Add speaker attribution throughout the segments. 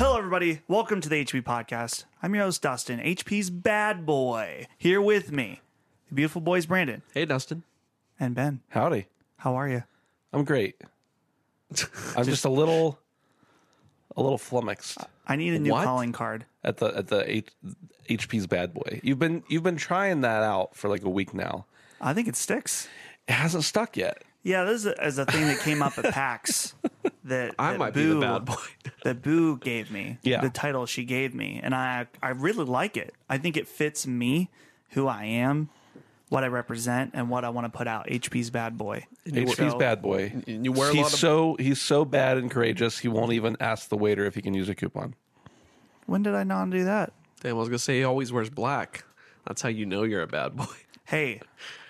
Speaker 1: everybody. Welcome to the HP Podcast. I'm your host, Dustin, HP's bad boy. Here with me, the beautiful boys, Brandon
Speaker 2: Hey, Dustin.
Speaker 1: and Ben.
Speaker 3: Howdy.
Speaker 1: How are you?
Speaker 3: I'm great. I'm just a little, a little flummoxed
Speaker 1: I need a new
Speaker 2: What?
Speaker 1: calling card.
Speaker 3: at the at the H, HP's bad boy. You've been you've been trying that out for like a week now.
Speaker 1: I think it sticks.
Speaker 3: It hasn't stuck yet.
Speaker 1: Yeah, this is a, is a thing that came up at PAX that
Speaker 2: I
Speaker 1: that
Speaker 2: might be
Speaker 1: Boo-
Speaker 2: the bad boy.
Speaker 1: that Boo gave me.
Speaker 3: Yeah.
Speaker 1: The title she gave me. And I I really like it. I think it fits me, who I am, what I represent, and what I want to put out. HP's bad boy.
Speaker 3: HP's bad boy.
Speaker 2: you wear a
Speaker 3: he's
Speaker 2: lot of-
Speaker 3: so he's so bad and courageous. He won't even ask the waiter if he can use a coupon.
Speaker 1: When did I not do that?
Speaker 2: Damn, I was gonna say he always wears black. That's how you know you're a bad boy.
Speaker 1: Hey,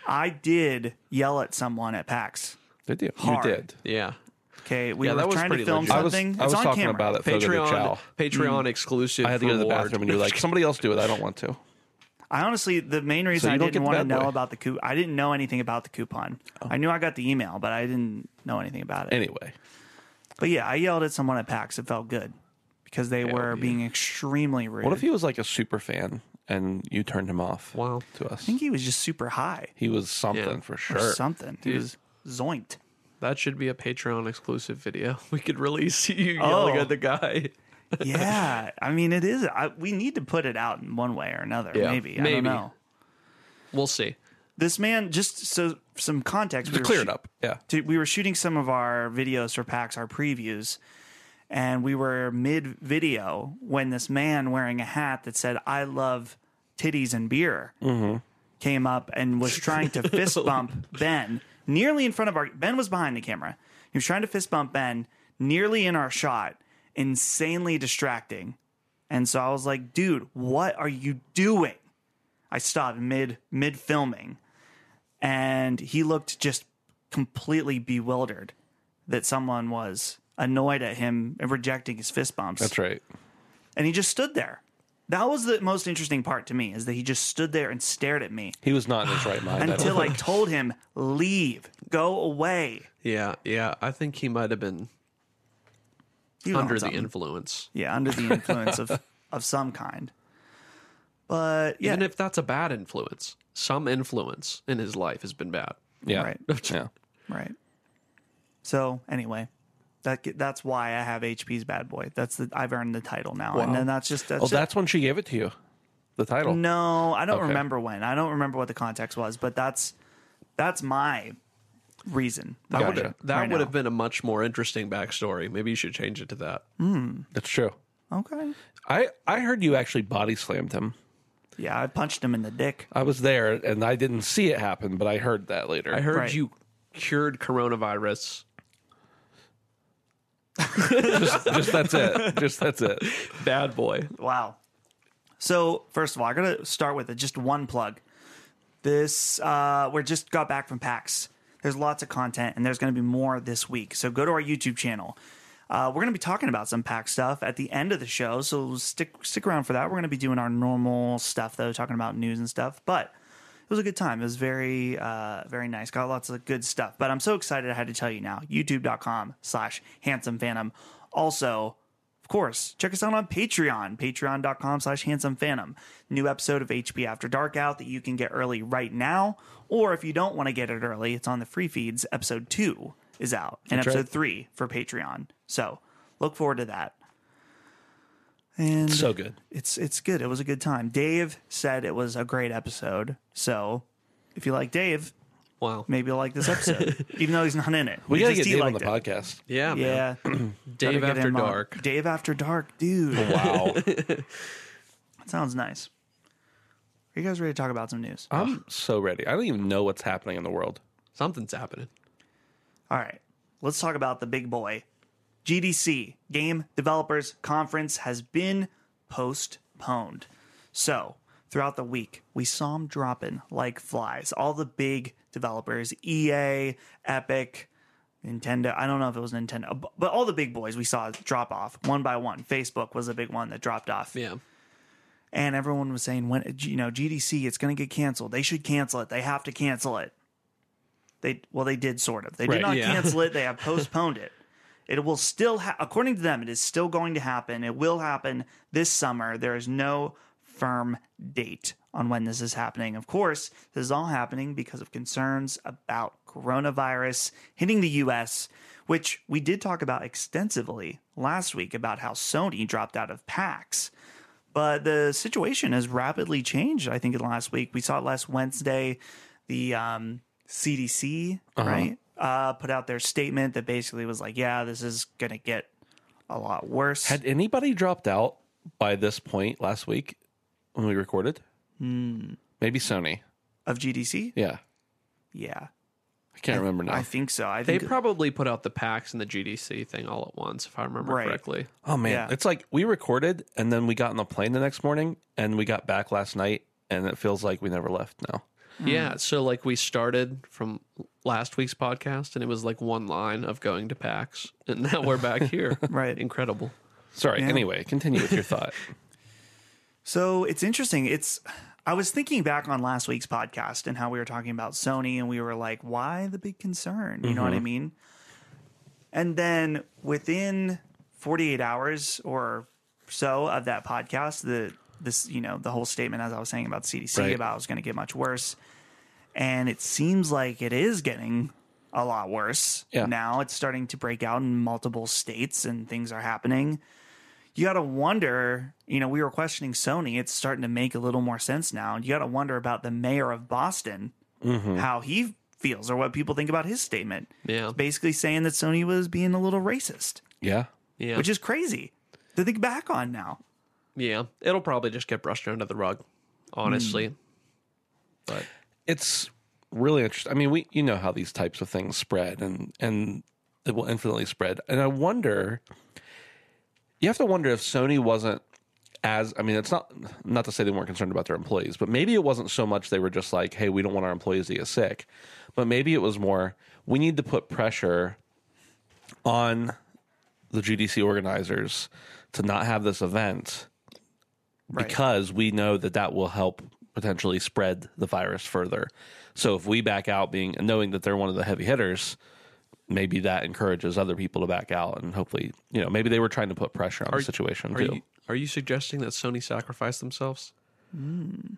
Speaker 1: I did yell at someone at PAX.
Speaker 3: Did you?
Speaker 1: Hard.
Speaker 3: You did.
Speaker 2: Yeah.
Speaker 1: Okay, we
Speaker 2: Yeah,
Speaker 1: were
Speaker 2: that was
Speaker 1: trying to
Speaker 2: pretty
Speaker 1: film
Speaker 2: legit.
Speaker 3: I was
Speaker 1: something.
Speaker 3: I
Speaker 1: it's
Speaker 3: was
Speaker 1: on
Speaker 3: talking
Speaker 1: camera.
Speaker 3: about it. Fogo de
Speaker 2: Patreon
Speaker 3: Chao.
Speaker 2: Patreon exclusive.
Speaker 3: Mm. I had to go to the
Speaker 2: reward.
Speaker 3: bathroom, and you're like, somebody else do it. I don't want to.
Speaker 1: I honestly, the main reason
Speaker 3: you
Speaker 1: I
Speaker 3: don't get
Speaker 1: didn't
Speaker 3: the
Speaker 1: want to
Speaker 3: bad Oh.
Speaker 1: know
Speaker 3: boy.
Speaker 1: about the coup, I didn't know anything about the coupon. I knew I got the email, but I didn't know anything about it.
Speaker 3: Anyway,
Speaker 1: But yeah, I yelled at someone at PAX. It felt good because they were being extremely rude.
Speaker 3: what if he was like a super fan and you turned him off?
Speaker 2: Wow.
Speaker 3: to us.
Speaker 1: I think he was just super high
Speaker 3: He was something
Speaker 2: Yeah.
Speaker 3: for
Speaker 1: or
Speaker 3: sure.
Speaker 1: something. He was zoinked.
Speaker 2: That should be a Patreon exclusive video. We could release you yelling
Speaker 1: Oh.
Speaker 2: at the guy.
Speaker 1: Yeah, I mean, it is. I, we need to put it out in one way or another.
Speaker 2: Yeah,
Speaker 1: maybe. I
Speaker 2: maybe.
Speaker 1: don't know.
Speaker 2: We'll see.
Speaker 1: This man, just so some context, we were
Speaker 3: Clear
Speaker 1: shoo-
Speaker 3: it up. Yeah.
Speaker 1: to- we were shooting some of our videos for PAX, our previews, and we were mid video when this man wearing a hat that said "I love titties and beer" came up and was trying to fist bump Ben nearly in front of our. Ben was behind the camera. He was trying to fist bump Ben nearly in our shot. Insanely distracting, and so I was like, "Dude, what are you doing?" I stopped mid mid filming, and he looked just completely bewildered that someone was annoyed at him and rejecting his fist bumps.
Speaker 3: That's right.
Speaker 1: And he just stood there. That was the most interesting part to me is that he just stood there and stared at me
Speaker 3: He was not in his right mind. at
Speaker 1: until
Speaker 3: all.
Speaker 1: I told him, "Leave, go away."
Speaker 2: Yeah, yeah. I think he might have been
Speaker 1: He was on
Speaker 2: under the
Speaker 1: something.
Speaker 2: influence.
Speaker 1: yeah, under the influence of of some kind. But yeah,
Speaker 2: Even if that's a bad influence, some influence in his life has been bad.
Speaker 3: yeah.
Speaker 1: Right.
Speaker 3: yeah.
Speaker 1: Right. So anyway, that ge- that's why I have HP's bad boy. That's the I've earned the title now, and then that's just that's,
Speaker 2: Oh,
Speaker 3: Well,
Speaker 1: it.
Speaker 3: that's when she gave it to you, the title.
Speaker 1: no, I don't
Speaker 3: Okay.
Speaker 1: remember when. I don't remember what the context was, but that's that's my reason. That
Speaker 3: Gotcha.
Speaker 1: would've-
Speaker 2: That
Speaker 1: right
Speaker 2: would have
Speaker 1: now.
Speaker 2: been a much more interesting backstory. Maybe you should change it to that.
Speaker 3: That's true.
Speaker 1: okay.
Speaker 3: I I heard you actually body slammed him.
Speaker 1: Yeah, I punched him in the dick.
Speaker 3: I was there and I didn't see it happen, but I heard that later.
Speaker 2: I heard
Speaker 1: Right.
Speaker 2: you cured coronavirus.
Speaker 3: just, just that's it. Just that's it.
Speaker 2: Bad boy.
Speaker 1: Wow. So first of all, I gotta start with just one plug. This uh, we just got back from PAX. There's lots of content, and there's going to be more this week. So go to our YouTube channel. Uh, we're going to be talking about some PAX stuff at the end of the show, so stick stick around for that. We're going to be doing our normal stuff though, talking about news and stuff. But it was a good time. It was very uh, very nice. Got lots of good stuff. But I'm so excited I had to tell you now. YouTube.com/slash Handsome Phantom. Also, of course, check us out on Patreon, patreon.com slash handsome phantom. New episode of HP After Dark out that you can get early right now. Or if you don't want to get it early, it's on the free feeds. Episode two is out and
Speaker 3: That's
Speaker 1: episode
Speaker 3: right.
Speaker 1: three for Patreon. So look forward to that. And
Speaker 3: So good.
Speaker 1: it's it's good. It was a good time. Dave said it was a great episode. So if you like Dave,
Speaker 2: Wow.
Speaker 1: maybe you'll like this episode. even though he's not in it.
Speaker 3: We
Speaker 1: You
Speaker 3: gotta
Speaker 1: just-
Speaker 3: get
Speaker 1: he
Speaker 3: Dave on the
Speaker 1: liked it.
Speaker 3: podcast.
Speaker 2: Yeah, man.
Speaker 1: Yeah. Gotta
Speaker 2: Dave
Speaker 1: get
Speaker 2: after
Speaker 1: him on-
Speaker 2: dark.
Speaker 1: Dave after dark, dude.
Speaker 3: Wow.
Speaker 1: That sounds nice. Are you guys ready to talk about some news?
Speaker 3: I'm so ready. I don't even know what's happening in the world.
Speaker 2: Something's happening.
Speaker 1: All right, let's talk about the big boy. GDC, Game Developers Conference, has been postponed. So, throughout the week, we saw them dropping like flies. All the big developers, EA, Epic, Nintendo. I don't know if it was Nintendo, bu- but all the big boys we saw drop off one by one. Facebook was a big one that dropped off.
Speaker 2: Yeah.
Speaker 1: and everyone was saying when you know GDC it's going to get canceled. They should cancel it. They have to cancel it. They well they did sort of. They did
Speaker 3: Right,
Speaker 1: not
Speaker 2: yeah.
Speaker 1: cancel it. They have postponed it. It will still, ha- according to them, it is still going to happen. It will happen this summer. There is no firm date on when this is happening. Of course, this is all happening because of concerns about coronavirus hitting the US, which we did talk about extensively last week about how Sony dropped out of PAX. But the situation has rapidly changed, I think, in the last week. We saw it last Wednesday. The um, CDC,
Speaker 3: Uh-huh.
Speaker 1: right, uh, put out their statement that basically was like, yeah, this is going to get a lot worse.
Speaker 3: Had anybody dropped out by this point last week when we recorded?
Speaker 2: Hmm.
Speaker 3: Maybe Sony.
Speaker 1: of GDC?
Speaker 3: Yeah.
Speaker 1: Yeah.
Speaker 3: I can't remember now.
Speaker 1: I think so. I
Speaker 2: They
Speaker 1: think
Speaker 2: probably put out the PAX and the GDC thing all at once, if I remember
Speaker 1: Right.
Speaker 2: correctly.
Speaker 3: oh man,
Speaker 1: Yeah.
Speaker 3: it's like we recorded and then we got on the plane the next morning and we got back last night and it feels like we never left now.
Speaker 1: Mm-hmm.
Speaker 2: Yeah. So like we started from last week's podcast, and it was like one line of going to PAX, and now we're back here.
Speaker 1: Right.
Speaker 2: Incredible.
Speaker 3: Sorry. Anyway, continue with your thought.
Speaker 1: So it's interesting. It's I was thinking back on last week's podcast and how we were talking about Sony and we were like, why the big concern? You know what I mean? And then within 48 hours or so of that podcast, the this, you know, the whole statement as I was saying about CDC
Speaker 3: Right.
Speaker 1: about it was going to get much worse. And it seems like it is getting a lot worse.
Speaker 3: Yeah.
Speaker 1: Now it's starting to break out in multiple states and things are happening you got to wonder, you know, we were questioning Sony. It's starting to make a little more sense now. You got to wonder about the mayor of Boston, how he feels or what people think about his statement.
Speaker 2: Yeah.
Speaker 1: It's basically saying that Sony was being a little racist,
Speaker 3: yeah.
Speaker 2: Yeah.
Speaker 1: which is crazy to think back on now.
Speaker 2: yeah. It'll probably just get brushed under the rug, honestly.
Speaker 1: Mm.
Speaker 2: But
Speaker 3: It's really interesting. I mean, we you know how these types of things spread and and it will infinitely spread. And I wonder you have to wonder if Sony wasn't as I mean, it's not not to say they weren't concerned about their employees, but maybe it wasn't so much they were just like, "Hey, we don't want our employees to get sick," but maybe it was more we need to put pressure on the GDC organizers to not have this event
Speaker 1: Right.
Speaker 3: because we know that that will help potentially spread the virus further. So if we back out, being knowing that they're one of the heavy hitters. Maybe that encourages other people to back out, and hopefully, you know, maybe they were trying to put pressure on the situation
Speaker 2: are
Speaker 3: too.
Speaker 2: you are you suggesting that Sony sacrificed themselves?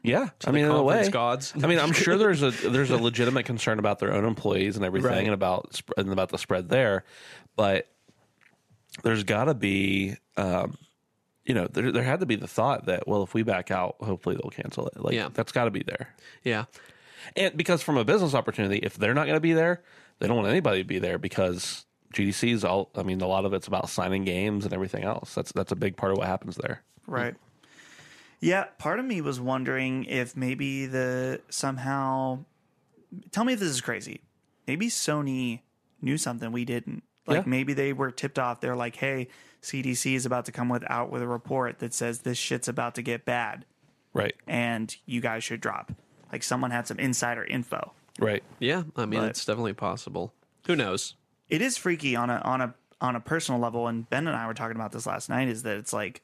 Speaker 3: Yeah, I mean, in a
Speaker 2: conference
Speaker 3: way,
Speaker 2: gods.
Speaker 3: I mean, I'm sure there's a there's a legitimate concern about their own employees and everything,
Speaker 2: Right.
Speaker 3: and about sp- and about the spread there, but there's got to be, um, you know, there there had to be the thought that well, if we back out, hopefully they'll cancel it. Like
Speaker 2: Yeah.
Speaker 3: that's got to be there,
Speaker 2: Yeah.
Speaker 3: and because from a business opportunity, if they're not going to be there, they don't want anybody to be there because GDC is all. I mean, a lot of it's about signing games and everything else. That's that's a big part of what happens there.
Speaker 1: Right. Yeah, part of me was wondering if maybe the somehow tell me if this is crazy. Maybe Sony knew something we didn't. Like
Speaker 3: Yeah.
Speaker 1: maybe they were tipped off. They're like, "Hey, CDC is about to come with out with a report that says this shit's about to get bad
Speaker 3: Right.
Speaker 1: and you guys should drop." Like someone had some insider info.
Speaker 3: Right.
Speaker 2: Yeah. I mean,
Speaker 1: But-
Speaker 2: it's definitely possible. Who knows?
Speaker 1: it is freaky on a on a on a personal level and Ben and I were talking about this last night is that it's like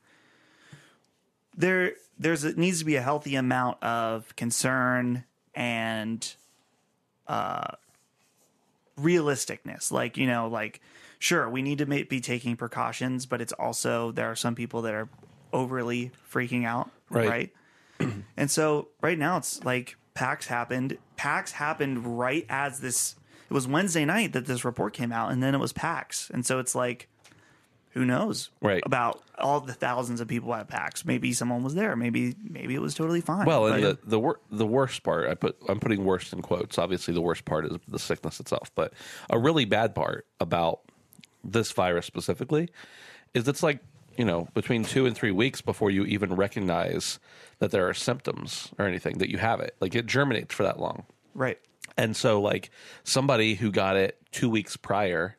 Speaker 1: there there's it needs to be a healthy amount of concern and uh realisticness like you know like sure we need to ma- be taking precautions but it's also there are some people that are overly freaking out
Speaker 3: Right.
Speaker 1: right? And so right now it's like PAX happened. PAX happened right as this. It was Wednesday night that this report came out, and then it was PAX, and so it's like, who knows,
Speaker 3: Right.
Speaker 1: About all the thousands of people at PAX. Maybe someone was there. Maybe maybe it was totally fine.
Speaker 3: Well,
Speaker 1: But-
Speaker 3: and the the, wor- the worst part, I put I'm putting worst in quotes. Obviously, the worst part is the sickness itself, but a really bad part about this virus specifically is it's like you know between two and three weeks before you even recognize that there are symptoms or anything that you have it. Like it germinates for that long,
Speaker 1: right,
Speaker 3: and so like somebody who got it two weeks prior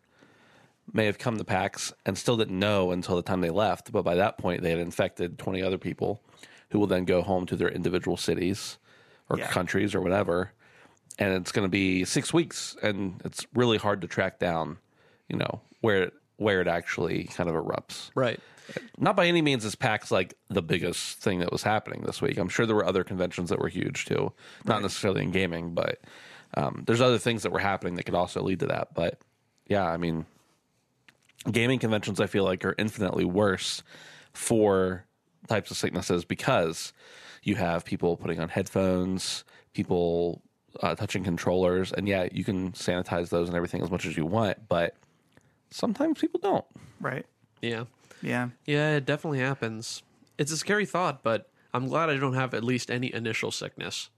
Speaker 3: may have come to PAX and still didn't know until the time they left. But by that point, they had infected 20 other people who will then go home to their individual cities or
Speaker 1: Yeah.
Speaker 3: countries or whatever. And it's going to be six weeks, and it's really hard to track down, you know, where where it actually kind of erupts.
Speaker 2: Right.
Speaker 3: Not by any means is PAX like the biggest thing that was happening this week. I'm sure there were other conventions that were huge too, not necessarily in gaming, but um, there's other things that were happening that could also lead to that. But yeah, I mean, gaming conventions I feel like are infinitely worse for types of sicknesses because you have people putting on headphones, people uh, touching controllers, and yeah, you can sanitize those and everything as much as you want, but sometimes people don't.
Speaker 1: right?
Speaker 2: Yeah.
Speaker 1: Yeah.
Speaker 2: Yeah, it definitely happens. It's a scary thought, but I'm glad I don't have at least any initial sickness.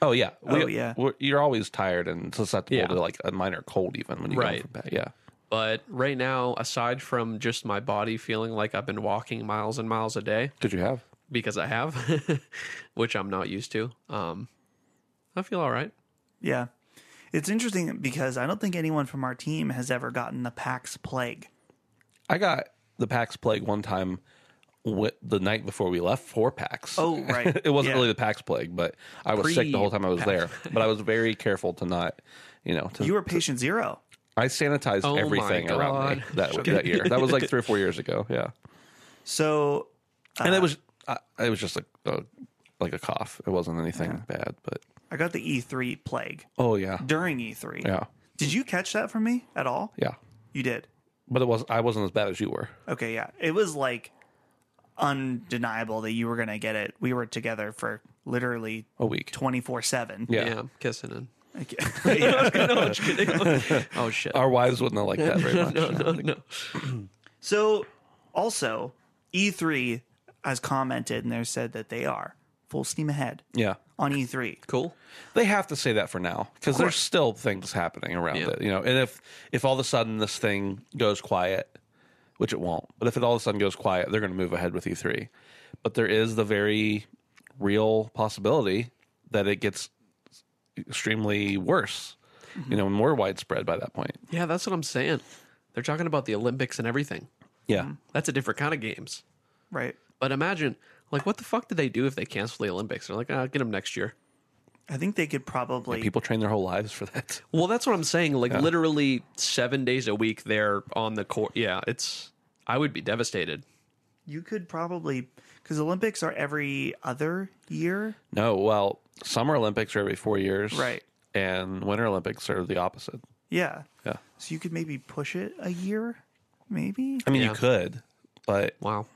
Speaker 3: Oh yeah,
Speaker 1: Oh, yeah.
Speaker 3: we're- you're always tired and susceptible
Speaker 2: Yeah.
Speaker 3: to like a minor cold even when you right.
Speaker 2: Right.
Speaker 3: go from bed. Yeah,
Speaker 2: But right now, aside from just my body feeling like I've been walking miles and miles a day
Speaker 3: did you have?
Speaker 2: because I have, which I'm not used to, um, I feel all right.
Speaker 1: Yeah. It's interesting because I don't think anyone from our team has ever gotten the Pax plague.
Speaker 3: I got the PAX plague one time wi- the night before we left for PAX.
Speaker 1: Oh, right.
Speaker 3: it wasn't
Speaker 1: Yeah.
Speaker 3: really the PAX plague, but I was sick the whole time I was there. But I was very careful to not, you know, to,
Speaker 1: You were patient zero.
Speaker 3: I sanitized
Speaker 2: Oh my
Speaker 3: everything around me
Speaker 2: God.
Speaker 3: that, that year. That was like three or four years ago. Yeah,
Speaker 1: Uh-huh. So
Speaker 3: and it was I, it was just like a, like a cough. It wasn't anything bad, but
Speaker 1: I got the E3 plague
Speaker 3: oh yeah,
Speaker 1: during E3.
Speaker 3: yeah,
Speaker 1: Did you catch that from me at all?
Speaker 3: yeah.
Speaker 1: You did.
Speaker 3: But it was I wasn't as bad as you were.
Speaker 1: Okay, yeah. It was like undeniable that you were going to get it. We were together for literally
Speaker 3: A week.
Speaker 1: 24/7.
Speaker 3: Yeah.
Speaker 2: Yeah, I'm kissing and
Speaker 1: Like, yeah.
Speaker 2: oh shit.
Speaker 3: Our wives wouldn't have liked that very much.
Speaker 2: no, no, no.
Speaker 1: So, also, E3 has commented and they said that they are full steam ahead
Speaker 3: Yeah.
Speaker 1: on E E3.
Speaker 2: Cool.
Speaker 3: They have to say that for now because there's still things happening around
Speaker 2: Yeah.
Speaker 3: it, you know. And if if all of a sudden this thing goes quiet, which it won't, but if it all of a sudden goes quiet, they're going to move ahead with E3. But there is the very real possibility that it gets extremely worse, you know, more widespread by that point.
Speaker 2: Yeah, that's what I'm saying. They're talking about the Olympics and everything.
Speaker 3: Yeah,
Speaker 2: That's a different kind of games.
Speaker 1: Right.
Speaker 2: But imagine, like, what the fuck did they do if they canceled the Olympics? They're like, ah, get them next year.
Speaker 1: I think they could probably
Speaker 3: people train their whole lives for that.
Speaker 2: Well, that's what I'm saying. Like, literally seven days a week, they're on the court. Yeah, it's. I would be devastated.
Speaker 1: you could probably cuz Olympics are every other year.
Speaker 3: No, well, Summer Olympics are every four years,
Speaker 1: Right.
Speaker 3: And Winter Olympics are the opposite.
Speaker 1: Yeah.
Speaker 3: Yeah,
Speaker 1: So you could maybe push it a year maybe.
Speaker 3: I mean,
Speaker 2: Yeah.
Speaker 3: you could, but
Speaker 2: Wow.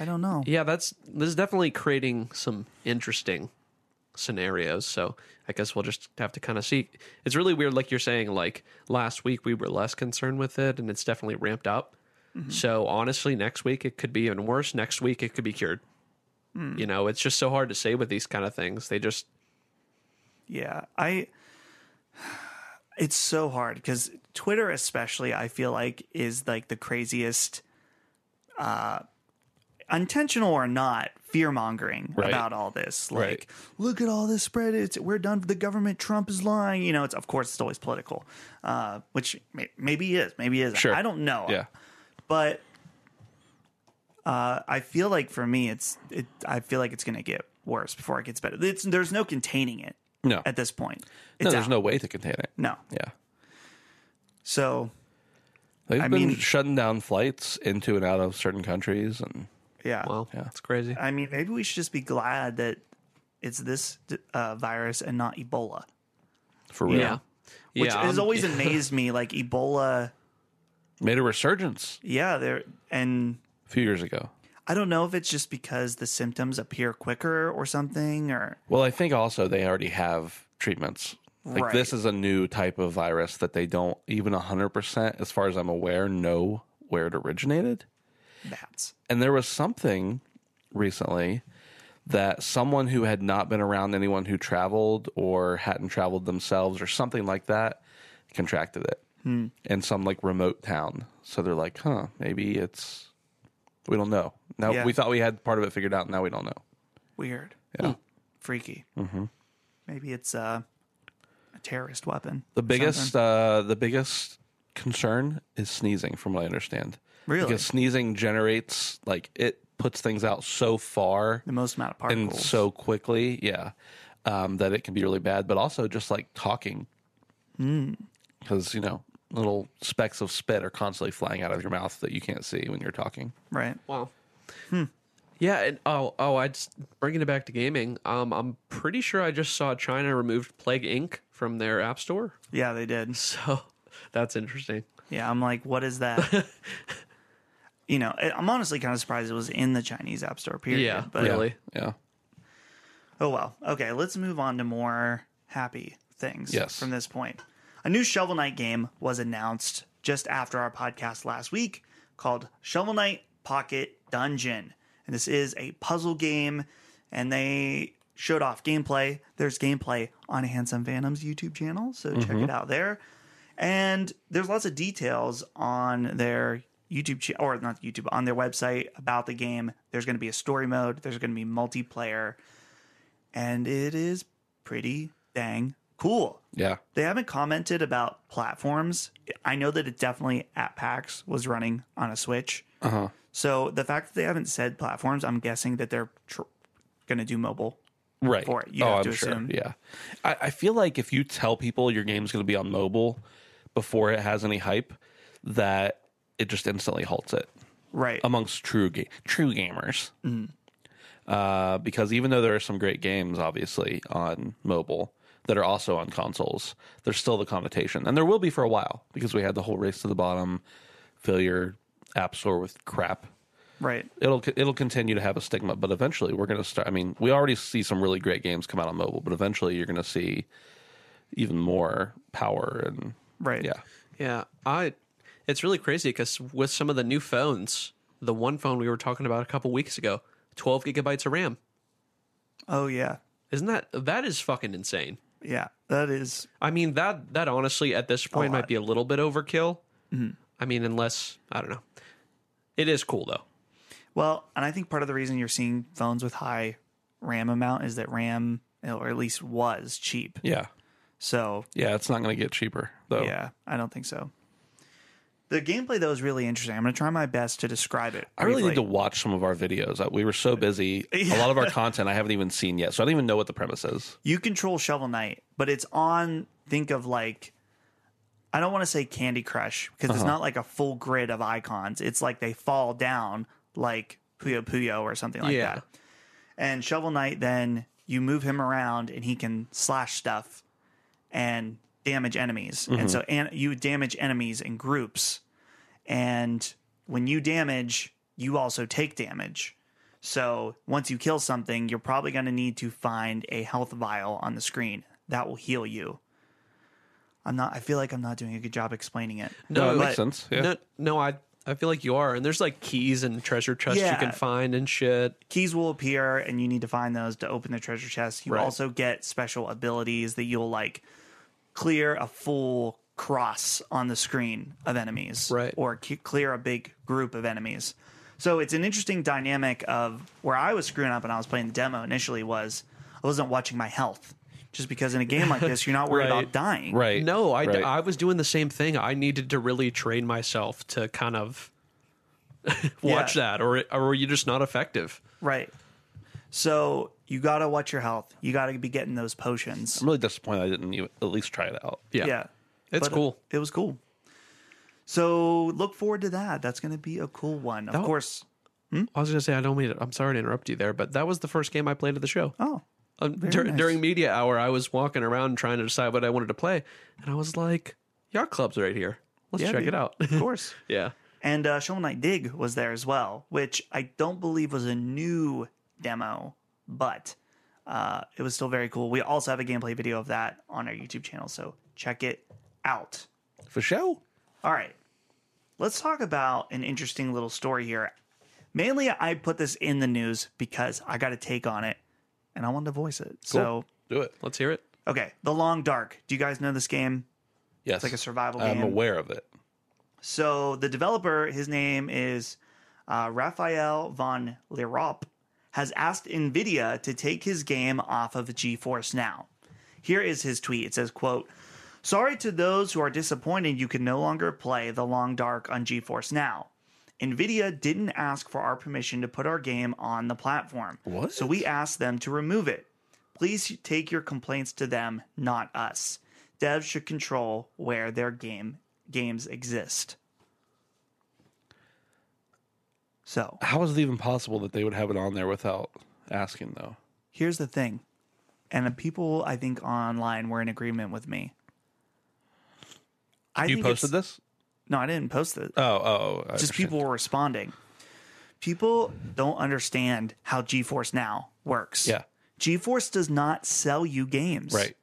Speaker 1: I don't know.
Speaker 2: Yeah, that's this is definitely creating some interesting scenarios. So I guess we'll just have to kind of see. It's really weird, like you're saying. Like last week, we were less concerned with it, and it's definitely ramped up.
Speaker 1: Mm-hmm.
Speaker 2: So honestly, next week it could be even worse. Next week it could be cured.
Speaker 1: Mm.
Speaker 2: You know, it's just so hard to say with these kind of things. They just
Speaker 1: Yeah, I. It's so hard because Twitter, especially, I feel like is like the craziest, uh, intentional or not, fear mongering
Speaker 3: Right.
Speaker 1: about all this. Like,
Speaker 3: Right.
Speaker 1: look at all this spread. It's we're done. The government, Trump is lying. You know, it's of course it's always political, uh, which may, maybe he is, maybe he is.
Speaker 3: Sure.
Speaker 1: I don't know
Speaker 3: yeah.
Speaker 1: but uh, I feel like for me, it's it. I feel like it's going to get worse before it gets better. It's, there's no containing it
Speaker 3: No.
Speaker 1: at this point. It's
Speaker 3: No, there's
Speaker 1: out.
Speaker 3: no way to contain it.
Speaker 1: no.
Speaker 3: Yeah.
Speaker 1: So
Speaker 3: They've
Speaker 1: I
Speaker 3: been
Speaker 1: mean-
Speaker 3: shutting down flights into and out of certain countries and
Speaker 1: yeah,
Speaker 2: well,
Speaker 3: Yeah.
Speaker 2: it's crazy.
Speaker 1: I mean, maybe we should just be glad that it's this uh, virus and not Ebola,
Speaker 3: for real.
Speaker 2: yeah,
Speaker 1: which
Speaker 2: yeah,
Speaker 1: has
Speaker 2: I'm-
Speaker 1: always amazed me. Like Ebola,
Speaker 3: Made a resurgence
Speaker 1: yeah, there and.
Speaker 3: a few years ago.
Speaker 1: I don't know if it's just because the symptoms appear quicker or something, or
Speaker 3: Well, I think also they already have treatments. Like
Speaker 1: Right.
Speaker 3: this is a new type of virus that they don't even 100% as far as I'm aware know where it originated.
Speaker 1: bats.
Speaker 3: And there was something recently that someone who had not been around anyone who traveled or hadn't traveled themselves or something like that contracted it
Speaker 1: Hmm.
Speaker 3: in some like remote town. So they're like, huh, maybe it's, we don't know. Now
Speaker 1: Yeah.
Speaker 3: we thought we had part of it figured out. Now we don't know.
Speaker 1: Weird. Hmm.
Speaker 3: Yeah.
Speaker 1: Freaky. Mm-hmm. Maybe it's uh, a terrorist weapon.
Speaker 3: The biggest, uh, the biggest concern is sneezing from what I understand.
Speaker 1: Really?
Speaker 3: Because sneezing generates like it puts things out so far
Speaker 1: The most amount of
Speaker 3: and
Speaker 1: particles.
Speaker 3: so quickly, yeah, um, that it can be really bad. But also just like talking,
Speaker 1: Hmm.
Speaker 3: because you know little specks of spit are constantly flying out of your mouth that you can't see when you're talking.
Speaker 1: right.
Speaker 2: Wow. Hmm. Yeah, and oh, oh, I just bringing it back to gaming. Um, I'm pretty sure I just saw China removed Plague Inc. from their app store.
Speaker 1: Yeah, they did.
Speaker 2: So that's interesting.
Speaker 1: Yeah, I'm like, what is that? you know, I- I'm honestly kind of surprised it was in the Chinese App Store. Period.
Speaker 2: Yeah,
Speaker 1: but
Speaker 2: really.
Speaker 3: Yeah.
Speaker 1: oh well. Okay, let's move on to more happy things.
Speaker 3: Yes.
Speaker 1: From this point, a new Shovel Knight game was announced just after our podcast last week, called Shovel Knight Pocket Dungeon, and this is a puzzle game, and they showed off gameplay. There's gameplay on Handsome Phantom's YouTube channel, so check it out there. And there's lots of details on their YouTube cha- or not YouTube on their website about the game. There's going to be a story mode. There's going to be multiplayer, and it is pretty dang cool.
Speaker 3: Yeah.
Speaker 1: They haven't commented about platforms. I know that it definitely at PAX was running on a Switch.
Speaker 3: Uh-huh.
Speaker 1: So the fact that they haven't said platforms, I'm guessing that they're tr- going to do mobile.
Speaker 3: Right. Oh,
Speaker 1: for it. You have to assume.
Speaker 3: Yeah. I, I feel like if you tell people your game's going to be on mobile before it has any hype, that it just instantly halts it
Speaker 1: Right.
Speaker 3: amongst true ga- true gamers. Uh, because even though there are some great games, obviously on mobile that are also on consoles, there's still the connotation, and there will be for a while because we had the whole race to the bottom, fill your app store with crap
Speaker 1: right.
Speaker 3: it'll it'll continue to have a stigma, but eventually we're going to start. I mean, we already see some really great games come out on mobile, but eventually you're going to see even more power and
Speaker 1: Right.
Speaker 3: yeah,
Speaker 2: Yeah, I. It's really crazy because with some of the new phones, the one phone we were talking about a couple weeks ago, twelve gigabytes of RAM.
Speaker 1: Oh yeah.
Speaker 2: Isn't that that is fucking insane?
Speaker 1: Yeah. That is
Speaker 2: I mean that that honestly at this point might
Speaker 1: lot.
Speaker 2: be a Mm-hmm. little bit overkill. I mean, unless I don't know. It is cool though.
Speaker 1: Well, and I think part of the reason you're seeing phones with high RAM amount is that RAM, or at least was, cheap.
Speaker 3: yeah,
Speaker 1: So,
Speaker 3: yeah. It's not going to get cheaper though.
Speaker 1: yeah, I don't think so. The gameplay, though, is really interesting. I'm going to try my best to describe it.
Speaker 3: I really need to
Speaker 1: briefly.
Speaker 3: watch some of our videos. Uh, We were so busy. A lot of our content I haven't even seen yet, so I don't even know what the premise is.
Speaker 1: You control Shovel Knight, but it's on, think of like, I don't want to say Candy Crush because it's not like a full grid of icons. It's like they fall down like Puyo Puyo or something like
Speaker 2: Yeah.
Speaker 1: that. And Shovel Knight, then you move him around and he can slash stuff and damage enemies. And so an- you damage enemies in groups. And when you damage, you also take damage. So once you kill something, you're probably going to need to find a health vial on the screen that will heal you. I'm not, I feel like I'm not doing a good job explaining it.
Speaker 3: No, it
Speaker 2: but-
Speaker 3: makes sense. Yeah.
Speaker 2: No, no, I I feel like you are, and there's like keys and treasure chests you
Speaker 1: Yeah.
Speaker 2: can find and shit.
Speaker 1: keys will appear and you need to find those to open the treasure chest. You also get special abilities that you'll like clear a full cross on the screen of enemies
Speaker 2: Right.
Speaker 1: or c- clear a big group of enemies. So it's an interesting dynamic of where I was screwing up when I was playing the demo initially was I wasn't watching my health just because in a game like this you're not worried
Speaker 2: Right.
Speaker 1: about dying.
Speaker 3: Right.
Speaker 2: No, I,
Speaker 3: Right.
Speaker 2: I was doing the same thing. I needed to really train myself to kind of watch that, or or you're just not effective.
Speaker 1: Right. So you got to watch your health. You got to be getting those potions.
Speaker 3: I'm really disappointed I didn't even at least try it out.
Speaker 2: Yeah, It's
Speaker 1: But uh,
Speaker 2: cool.
Speaker 1: It, was cool. So look forward to that. That's going to be a cool one. Of
Speaker 2: That-
Speaker 1: course.
Speaker 2: I was gonna say I don't mean. To, I'm sorry to interrupt you there, but that was the first game I played at the show.
Speaker 1: Oh,
Speaker 2: Um, dur-
Speaker 1: nice.
Speaker 2: During media hour, I was walking around trying to decide what I wanted to play, and I was like, "Yacht Club's right here. Let's
Speaker 1: Yeah,
Speaker 2: check
Speaker 1: dude.
Speaker 2: it out."
Speaker 1: of course.
Speaker 2: yeah,
Speaker 1: And uh, Shovel Knight Dig was there as well, which I don't believe was a new demo, but uh, it was still very cool. We also have a gameplay video of that on our YouTube channel, so check it out.
Speaker 3: For sure.
Speaker 1: All right. Let's talk about an interesting little story here. Mainly, I put this in the news because I got a take on it and I wanted to voice it. So
Speaker 3: Do it.
Speaker 2: let's hear it.
Speaker 1: Okay, The Long Dark. Do you guys know this game?
Speaker 3: Yes.
Speaker 1: Like a survival
Speaker 3: I'm
Speaker 1: game.
Speaker 3: aware of it.
Speaker 1: So the developer, his name is uh, Raphael von Lerop, has asked NVIDIA to take his game off of GeForce Now. Here is his tweet. It says, quote, Sorry to those who are disappointed you can no longer play The Long Dark on GeForce Now. NVIDIA didn't ask for our permission to put our game on the platform.
Speaker 3: What?
Speaker 1: So we asked them to remove it. Please take your complaints to them, not us. Devs should control where their game games exist. So
Speaker 3: How is it even possible that they would have it on there without asking though?
Speaker 1: here's the thing, and the people I think online were in agreement with me. I
Speaker 3: You
Speaker 1: think it's-
Speaker 3: posted this?
Speaker 1: No, I didn't post it.
Speaker 3: Oh, oh, I
Speaker 1: just
Speaker 3: understand.
Speaker 1: people were responding. People don't understand how GeForce Now works.
Speaker 3: Yeah.
Speaker 1: GeForce does not sell you games.
Speaker 3: Right,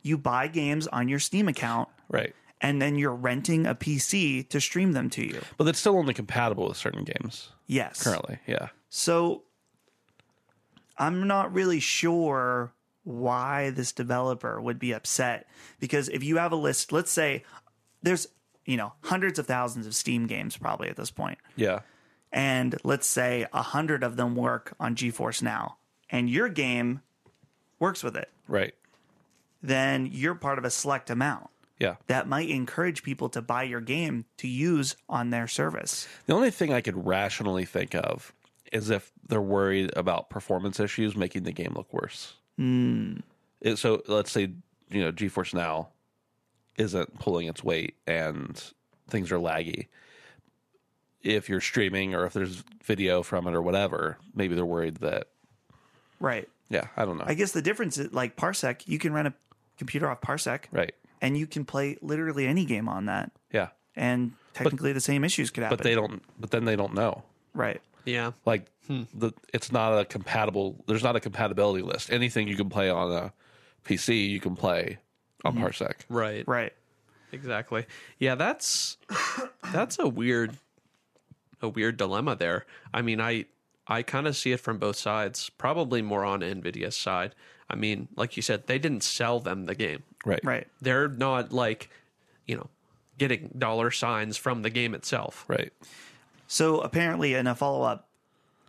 Speaker 1: You buy games on your Steam account
Speaker 3: right.
Speaker 1: and then you're renting a PC to stream them to you.
Speaker 3: But it's still only compatible with certain games
Speaker 1: Yes.
Speaker 3: currently. Yeah,
Speaker 1: So I'm not really sure why this developer would be upset because if you have a list, let's say there's, you know, hundreds of thousands of Steam games probably at this point.
Speaker 3: yeah,
Speaker 1: and let's say a hundred of them work on GeForce Now, and your game works with it,
Speaker 3: right,
Speaker 1: then you're part of a select amount
Speaker 3: yeah.
Speaker 1: that might encourage people to buy your game to use on their service.
Speaker 3: The only thing I could rationally think of is if they're worried about performance issues making the game look worse. It- so let's say you know GeForce Now isn't pulling its weight and things are laggy. If you're streaming or if there's video from it or whatever, maybe they're worried that
Speaker 1: Right.
Speaker 3: yeah, I don't know.
Speaker 1: I guess the difference is like Parsec, you can rent a computer off Parsec
Speaker 3: right.
Speaker 1: and you can play literally any game on that.
Speaker 3: Yeah.
Speaker 1: And technically the same issues could happen.
Speaker 3: But they don't but then they don't know.
Speaker 1: right.
Speaker 2: Yeah.
Speaker 3: Like the it's not a compatible there's not a compatibility list. Anything you can play on a PC, you can play on Parsec.
Speaker 2: Right.
Speaker 1: Right.
Speaker 2: Exactly. Yeah, that's that's a weird a weird dilemma there. I mean, I I kind of see it from both sides, probably more on Nvidia's side. I mean, like you said, they didn't sell them the game.
Speaker 3: Right.
Speaker 1: Right.
Speaker 2: They're not like, you know, getting dollar signs from the game itself.
Speaker 3: Right.
Speaker 1: So apparently, in a follow up,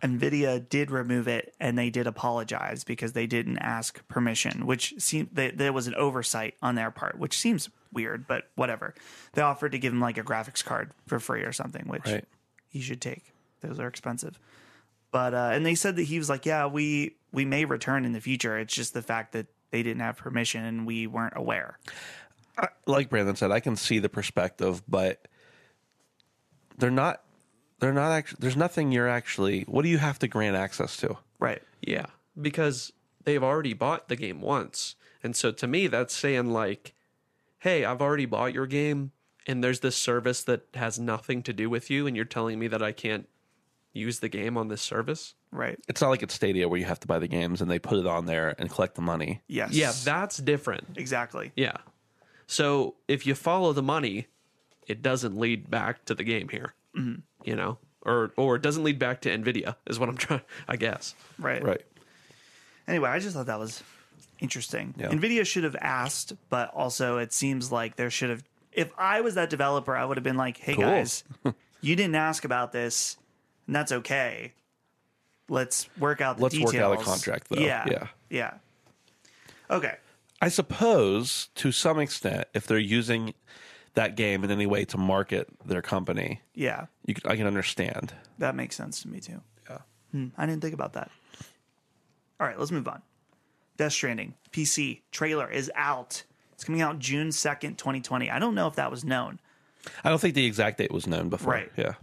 Speaker 1: Nvidia did remove it, and they did apologize because they didn't ask permission, which seemed that there was an oversight on their part, which seems weird, but whatever. They offered to give him like a graphics card for free or something, which
Speaker 3: Right.
Speaker 1: you should take. Those are expensive. But uh, and they said that he was like, yeah, we we may return in the future. It's just the fact that they didn't have permission and we weren't aware.
Speaker 3: Like Brandon said, I can see the perspective, but they're not they're not actually there's nothing you're actually what do you have to grant access to?
Speaker 1: Right.
Speaker 2: Yeah, because they've already bought the game once. And so to me, that's saying, like, hey, I've already bought your game, and there's this service that has nothing to do with you, and you're telling me that I can't use the game on this service?
Speaker 1: Right.
Speaker 3: It's not like it's Stadia where you have to buy the games and they put it on there and collect the money.
Speaker 1: Yes.
Speaker 2: Yeah, that's different.
Speaker 1: exactly.
Speaker 2: Yeah. So if you follow the money, it doesn't lead back to the game here,
Speaker 1: Mm-hmm.
Speaker 2: you know, or or it doesn't lead back to Nvidia is what I'm trying. I guess.
Speaker 1: Right. anyway, I just thought that was interesting.
Speaker 3: Yeah.
Speaker 1: Nvidia should have asked, but also it seems like there should have. If I was that developer, I would have been like, "Hey
Speaker 3: Cool.
Speaker 1: guys, you didn't ask about this, and that's okay. Let's work out the
Speaker 3: Let's
Speaker 1: details.
Speaker 3: work out a contract, though.
Speaker 1: Yeah,
Speaker 3: Yeah.
Speaker 1: yeah. Okay,
Speaker 3: I suppose to some extent, if they're using that game in any way to market their company,
Speaker 1: yeah,
Speaker 3: you can, I can understand.
Speaker 1: that makes sense to me too.
Speaker 3: Yeah.
Speaker 1: Hmm, I didn't think about that. All right, let's move on. Death Stranding PC trailer is out. It's coming out June second, twenty twenty. I don't know if that was known.
Speaker 3: I don't think the exact date was known before.
Speaker 1: Right.
Speaker 3: Yeah.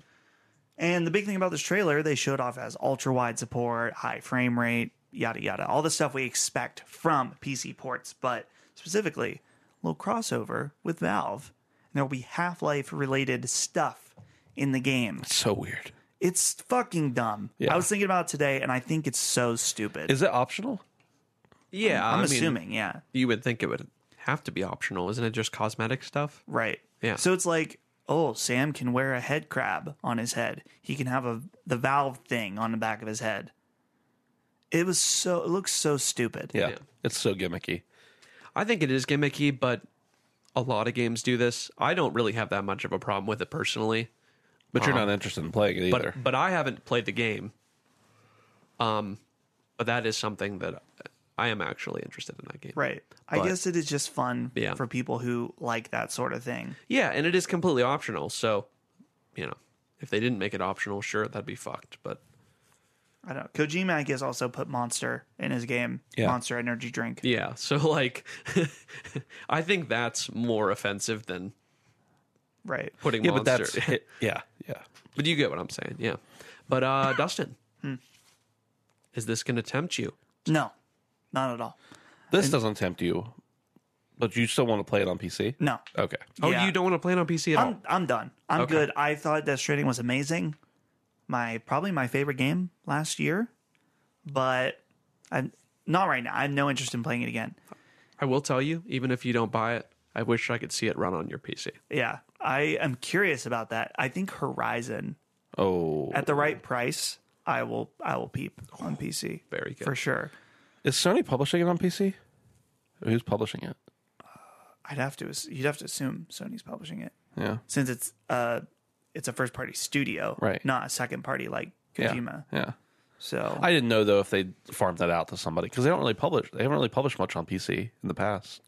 Speaker 1: And the big thing about this trailer, they showed off as ultra wide support, high frame rate, yada yada, all the stuff we expect from PC ports, but specifically a little crossover with Valve. And there will be Half Life related stuff in the game.
Speaker 3: So weird.
Speaker 1: It's fucking dumb. I was thinking about it today, and I think it's so stupid.
Speaker 3: Is it optional?
Speaker 2: Yeah,
Speaker 1: I'm
Speaker 2: I mean,
Speaker 1: assuming, yeah,
Speaker 2: you would think it would have to be optional, isn't it? Just cosmetic stuff.
Speaker 1: right.
Speaker 2: Yeah.
Speaker 1: So it's like, oh, Sam can wear a head crab on his head. He can have a the Valve thing on the back of his head. It was so. It looks so stupid.
Speaker 3: Yeah.
Speaker 2: Yeah.
Speaker 3: It's so gimmicky.
Speaker 2: I think it is gimmicky, but a lot of games do this. I don't really have that much of a problem with it personally,
Speaker 3: But you're not interested in playing it
Speaker 2: but
Speaker 3: either.
Speaker 2: but I haven't played the game. Um, but that is something that I am actually interested in that game.
Speaker 1: Right. I
Speaker 2: But-
Speaker 1: guess it is just fun
Speaker 2: Yeah.
Speaker 1: for people who like that sort of thing.
Speaker 2: Yeah, and it is completely optional. So, you know, if they didn't make it optional, sure, that'd be fucked. But
Speaker 1: I don't know. Kojima, I guess, also put Monster in his game.
Speaker 3: Yeah.
Speaker 1: Monster energy drink.
Speaker 2: yeah, so like, I think that's more offensive than
Speaker 1: Right.
Speaker 2: putting
Speaker 3: yeah, but
Speaker 2: monster.
Speaker 3: that's it- yeah, yeah.
Speaker 2: But you get what I'm saying, yeah. But uh Dustin,
Speaker 3: Hmm.
Speaker 2: is this going to tempt you?
Speaker 1: No, not at all.
Speaker 3: This doesn't tempt you, But you still want to play it on PC?
Speaker 1: No,
Speaker 3: Okay.
Speaker 2: Oh,
Speaker 1: Yeah.
Speaker 2: you don't want to play it on PC at all?
Speaker 1: I'm I'm done. I'm
Speaker 2: Okay.
Speaker 1: good. I thought Death Stranding was amazing. My probably my favorite game last year, but I'm not right now. I have no interest in playing it again.
Speaker 2: I will tell you, even if you don't buy it, I wish I could see it run on your PC.
Speaker 1: Yeah, I am curious about that. I think Horizon
Speaker 3: Oh,
Speaker 1: at the right price, I will I will peep on PC
Speaker 2: Oh, Very good.
Speaker 1: for sure.
Speaker 3: is Sony publishing it on PC? Or who's publishing it?
Speaker 1: I'd have to ass- you'd have to assume Sony's publishing it
Speaker 3: Yeah.
Speaker 1: since it's uh it's a first party studio,
Speaker 3: Right.
Speaker 1: Not a second party like
Speaker 3: Yeah.
Speaker 1: Kojima.
Speaker 3: Yeah.
Speaker 1: So
Speaker 3: I didn't know though if they farmed that out to somebody because they don't really publish. They haven't really published much on PC in the past.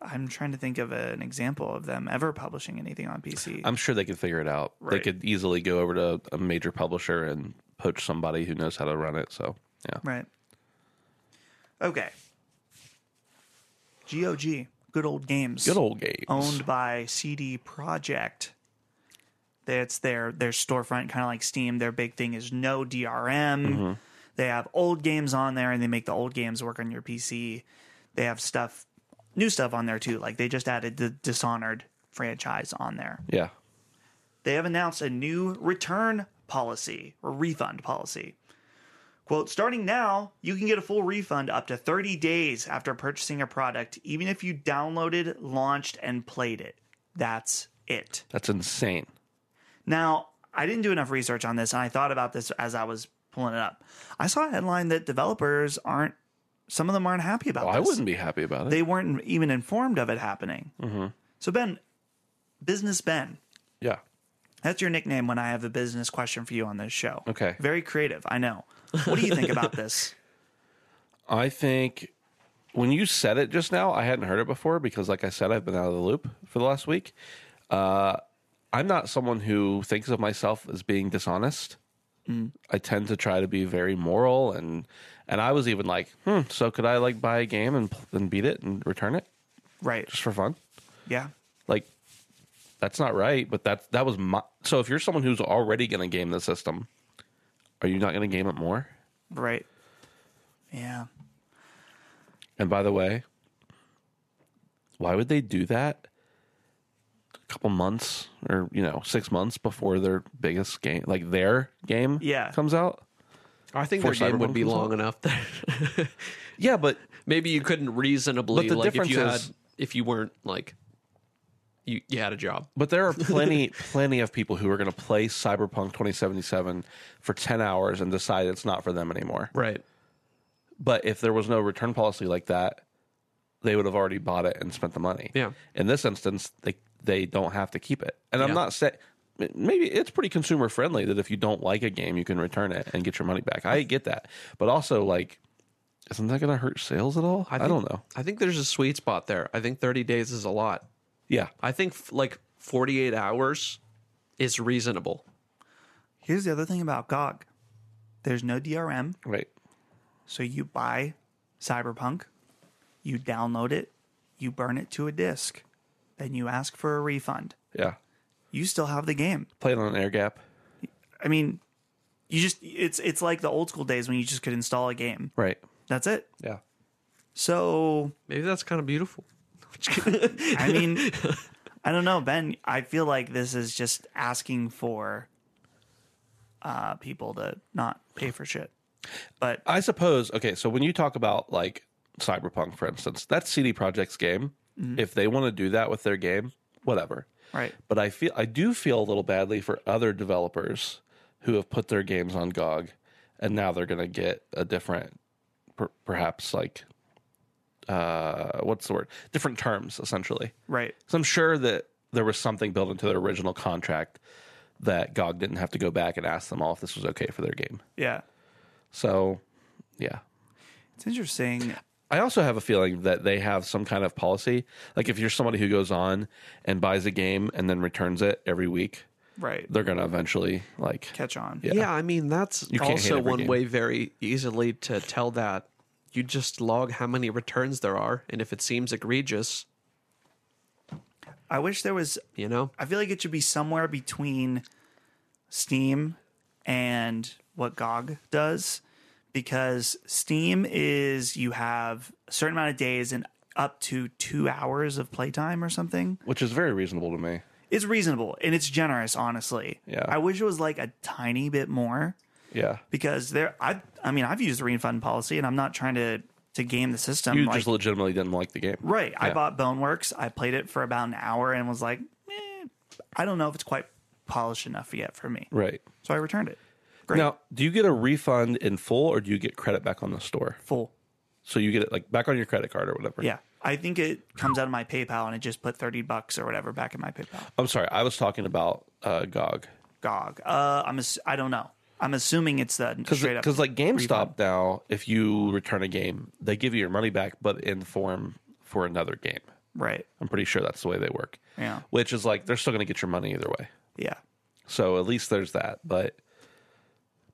Speaker 1: I'm trying to think of an example of them ever publishing anything on PC.
Speaker 3: I'm sure they could figure it out. They
Speaker 1: Right.
Speaker 3: could easily go over to a major publisher and poach somebody who knows how to run it. So yeah,
Speaker 1: Right. Okay. GOG, good old games.
Speaker 3: good old games.
Speaker 1: Owned by CD Projekt. That's their their storefront, kind of like Steam. Their big thing is no DRM.
Speaker 3: Mm-hmm.
Speaker 1: They have old games on there, and they make the old games work on your PC. They have stuff, new stuff on there too. Like they just added the Dishonored franchise on there.
Speaker 3: yeah.
Speaker 1: they have announced a new return policy or refund policy. Quote, starting now, you can get a full refund up to 30 days after purchasing a product, even if you downloaded, launched, and played it. That's it.
Speaker 3: That's insane.
Speaker 1: Now, I didn't do enough research on this, and I thought about this as I was pulling it up. I saw a headline that developers aren't, some of them aren't happy about
Speaker 3: Oh,
Speaker 1: this
Speaker 3: I wouldn't be happy about it.
Speaker 1: they weren't even informed of it happening.
Speaker 3: Mm-hmm.
Speaker 1: So, Ben, Business Ben,
Speaker 3: yeah.
Speaker 1: that's your nickname when I have a business question for you on this show.
Speaker 3: Okay.
Speaker 1: Very creative, I know. What do you think about this?
Speaker 3: I think when you said it just now, I hadn't heard it before because, like I said, I've been out of the loop for the last week. Uh, I'm not someone who thinks of myself as being dishonest.
Speaker 1: Mm.
Speaker 3: I tend to try to be very moral, and and I was even like, hmm, so could I like buy a game and pl- and beat it and return it
Speaker 1: Right.
Speaker 3: just for fun?
Speaker 1: Yeah.
Speaker 3: Like, that's not right. But that that was my. So if you're someone who's already going to game the system, are you not going to game it more?
Speaker 1: Right. Yeah.
Speaker 3: And by the way, why would they do that a couple months or you know six months before their biggest game, like their game,
Speaker 1: Yeah.
Speaker 3: comes out?
Speaker 2: I think
Speaker 3: For
Speaker 2: their game would
Speaker 3: Cyberpunk
Speaker 2: be
Speaker 3: as well?
Speaker 2: long enough that
Speaker 3: Yeah, but
Speaker 2: maybe you couldn't reasonably
Speaker 3: But the
Speaker 2: like if you
Speaker 3: difference
Speaker 2: had if you weren't like you you had a job.
Speaker 3: but there are plenty plenty of people who are going to play Cyberpunk 2077 for 10 hours and decide it's not for them anymore.
Speaker 2: Right.
Speaker 3: But if there was no return policy like that, they would have already bought it and spent the money.
Speaker 2: Yeah.
Speaker 3: In this instance, they they don't have to keep it. And
Speaker 2: Yeah.
Speaker 3: I'm not saying maybe it's pretty consumer friendly that if you don't like a game, you can return it and get your money back. I get that, but also like, isn't that going to hurt sales at all? I,
Speaker 2: think-
Speaker 3: don't know.
Speaker 2: I think there's a sweet spot there. I think 30 days is a lot.
Speaker 3: Yeah,
Speaker 2: I think f- like 48 hours is reasonable.
Speaker 1: Here's the other thing about GOG there's no DRM.
Speaker 3: right.
Speaker 1: So you buy Cyberpunk, you download it, you burn it to a disk, then you ask for a refund.
Speaker 3: Yeah,
Speaker 1: You still have the game.
Speaker 3: play it on an air gap.
Speaker 1: I mean, you just it's it's like the old school days when you just could install a game.
Speaker 3: Right.
Speaker 1: That's it.
Speaker 3: Yeah.
Speaker 1: So
Speaker 2: Maybe that's kind of beautiful.
Speaker 1: I mean, I don't know, Ben. I feel like this is just asking for uh, people to not pay for shit. But
Speaker 3: I suppose. Okay, so when you talk about like Cyberpunk, for instance, that's CD Projekt's game.
Speaker 2: Mm-hmm.
Speaker 3: If they want to do that with their game, whatever.
Speaker 1: right,
Speaker 3: but I feel I do feel a little badly for other developers who have put their games on GOG, and now they're going to get a different, per, perhaps like, uh, what's the word? Different terms essentially.
Speaker 1: right,
Speaker 3: So I'm sure that there was something built into their original contract that GOG didn't have to go back and ask them all if this was okay for their game.
Speaker 1: yeah.
Speaker 3: So, yeah.
Speaker 1: It's interesting.
Speaker 3: I also have a feeling that they have some kind of policy. Like if you're somebody who goes on and buys a game and then returns it every week,
Speaker 1: Right,
Speaker 3: they're gonna eventually like
Speaker 1: catch on.
Speaker 2: Yeah, I mean that's
Speaker 3: can't hit
Speaker 2: also
Speaker 3: every
Speaker 2: one
Speaker 3: game.
Speaker 2: way very easily to tell that. You just log how many returns there are, and if it seems egregious,
Speaker 1: I wish there was.
Speaker 2: you know,
Speaker 1: I feel like it should be somewhere between Steam and what GOG does, because Steam is you have a certain amount of days and up to two hours of playtime or something.
Speaker 3: which is very reasonable to me.
Speaker 1: It's reasonable and it's generous, honestly.
Speaker 3: Yeah.
Speaker 1: I wish it was like a tiny bit more
Speaker 3: Yeah.
Speaker 1: because there. I I mean, I've used the refund policy, and I'm not trying to to game the system.
Speaker 3: You
Speaker 1: like-
Speaker 3: just legitimately didn't like the game.
Speaker 1: Right. I
Speaker 3: Yeah.
Speaker 1: bought Boneworks. I played it for about an hour and was like, eh, I don't know if it's quite polished enough yet for me.
Speaker 3: Right.
Speaker 1: So I returned it. Great.
Speaker 3: Now, do you get a refund in full or do you get credit back on the store?
Speaker 1: Full.
Speaker 3: So you get it like back on your credit card or whatever.
Speaker 1: Yeah. I think it comes out of my PayPal and it just put 30 bucks or whatever back in my PayPal.
Speaker 3: I'm sorry. I was talking about uh, GOG.
Speaker 1: Gog. Uh, I'm ass- I don't know. I'm assuming it's the straight up.
Speaker 3: Because like GameStop now, if you return a game, they give you your money back, but in form for another game.
Speaker 1: Right.
Speaker 3: I'm pretty sure that's the way they work.
Speaker 1: Yeah.
Speaker 3: Which is like they're still going to get your money either way.
Speaker 1: Yeah.
Speaker 3: So at least there's that. But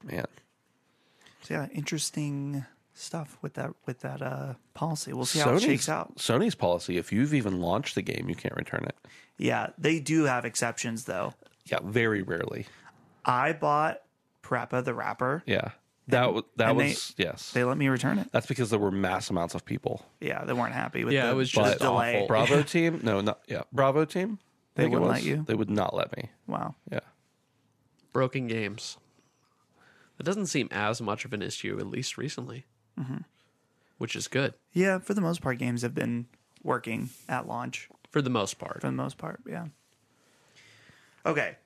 Speaker 3: man,
Speaker 1: So yeah, interesting stuff with that with that uh policy. We'll see how it shakes
Speaker 3: Sony's,
Speaker 1: out.
Speaker 3: Sony's policy: if you've even launched the game, you can't return it.
Speaker 1: Yeah, they do have exceptions though.
Speaker 3: Yeah, very rarely.
Speaker 1: I bought Parappa the Rapper.
Speaker 3: Yeah, that w- that
Speaker 1: and they-
Speaker 3: was yes.
Speaker 1: They let me return it.
Speaker 3: that's because there were mass amounts of people.
Speaker 1: Yeah, they weren't happy with
Speaker 2: Yeah,
Speaker 1: the,
Speaker 2: it was
Speaker 1: the
Speaker 2: just
Speaker 1: delay.
Speaker 2: awful.
Speaker 3: Bravo team? No, not yeah. Bravo team.
Speaker 1: They
Speaker 3: I think it
Speaker 1: wouldn't
Speaker 3: was.
Speaker 1: let you?
Speaker 3: They would not let me.
Speaker 1: Wow.
Speaker 3: Yeah.
Speaker 2: broken games. That doesn't seem as much of an issue, at least recently,
Speaker 3: Mm-hmm.
Speaker 2: which is good
Speaker 1: Yeah, for the most part, games have been working at launch
Speaker 2: for the most part.
Speaker 1: for the most part. Yeah. Okay.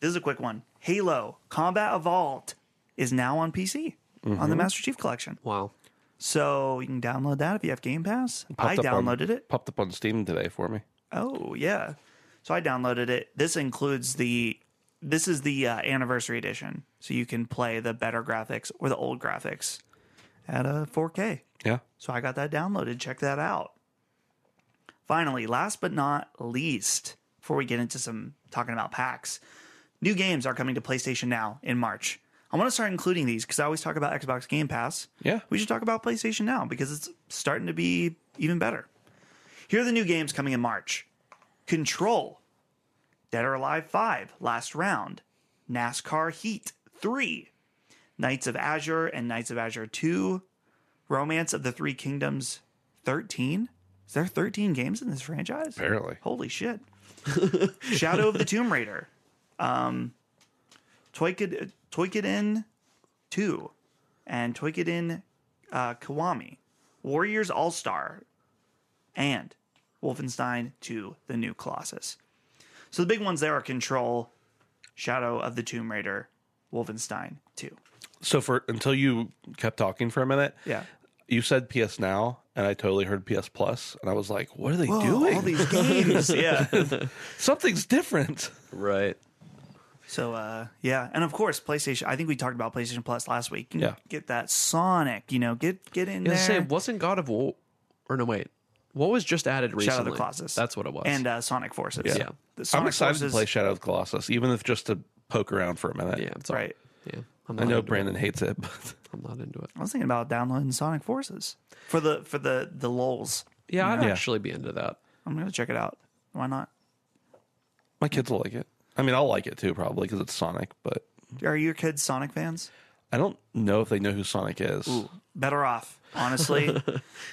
Speaker 1: This is a quick one. Halo Combat Evolved is now on PC on
Speaker 3: Mm-hmm.
Speaker 1: the Master Chief Collection.
Speaker 2: Wow.
Speaker 1: So you can download that if you have Game Pass. I
Speaker 3: Popped up on-
Speaker 1: downloaded it.
Speaker 3: Popped up on Steam today for me.
Speaker 1: Oh, yeah. So I downloaded it. This includes the this is the uh, anniversary edition. So you can play the better graphics or the old graphics at a 4K.
Speaker 3: Yeah.
Speaker 1: So I got that downloaded. Check that out. Finally, last but not least, before we get into some talking about packs, new games are coming to PlayStation Now in March. I want to start including these because I always talk about Xbox Game Pass.
Speaker 3: Yeah.
Speaker 1: We should talk about PlayStation Now because it's starting to be even better. Here are the new games coming in March Control, Dead or Alive 5, Last Round, NASCAR Heat 3, Knights of Azure and Knights of Azure 2, Romance of the Three Kingdoms 13? Is there 13 games in this franchise?
Speaker 3: Apparently.
Speaker 1: Holy shit. Shadow of the Tomb Raider. Um, Toikid, Toikiden 2 and Toikiden uh, Kiwami. Warriors All Star and Wolfenstein 2 The New Colossus. So the big ones there are Control, Shadow of the Tomb Raider, Wolfenstein 2.
Speaker 3: So for until you kept talking for a minute,
Speaker 1: Yeah.
Speaker 3: you said PS Now, and I totally heard PS Plus, and I was like, "What are they
Speaker 1: all
Speaker 3: doing?
Speaker 1: these games. yeah.
Speaker 3: Something's different."
Speaker 2: Right.
Speaker 1: So uh yeah, and of course PlayStation. I think we talked about PlayStation Plus last week. You
Speaker 3: Yeah.
Speaker 1: Get that Sonic. You know, get get in
Speaker 2: Yeah,
Speaker 1: there.
Speaker 2: say, wasn't God of War, or no, wait, what was just added recently?
Speaker 1: Shadow of the Colossus.
Speaker 2: That's what it was.
Speaker 1: And uh, Sonic Forces.
Speaker 2: Yeah. Yeah.
Speaker 1: The
Speaker 3: I'm
Speaker 1: Sonic
Speaker 3: excited
Speaker 1: Forces.
Speaker 3: to play Shadow of the Colossus, even if just to poke around for a minute.
Speaker 2: yeah, it's all-
Speaker 1: right.
Speaker 2: Yeah, I'm
Speaker 3: I
Speaker 2: not
Speaker 3: know
Speaker 2: into
Speaker 3: Brandon hates it, but
Speaker 2: it. I'm not into it.
Speaker 1: I was thinking about downloading Sonic Forces for the for the the lulls.
Speaker 2: Yeah, I'd
Speaker 3: Yeah.
Speaker 2: actually be into that.
Speaker 1: I'm gonna check it out. Why not?
Speaker 3: my kids will like it. I mean, I'll like it too, probably because it's Sonic. But
Speaker 1: Are your kids Sonic fans?
Speaker 3: I don't know if they know who Sonic is.
Speaker 1: Better off, honestly.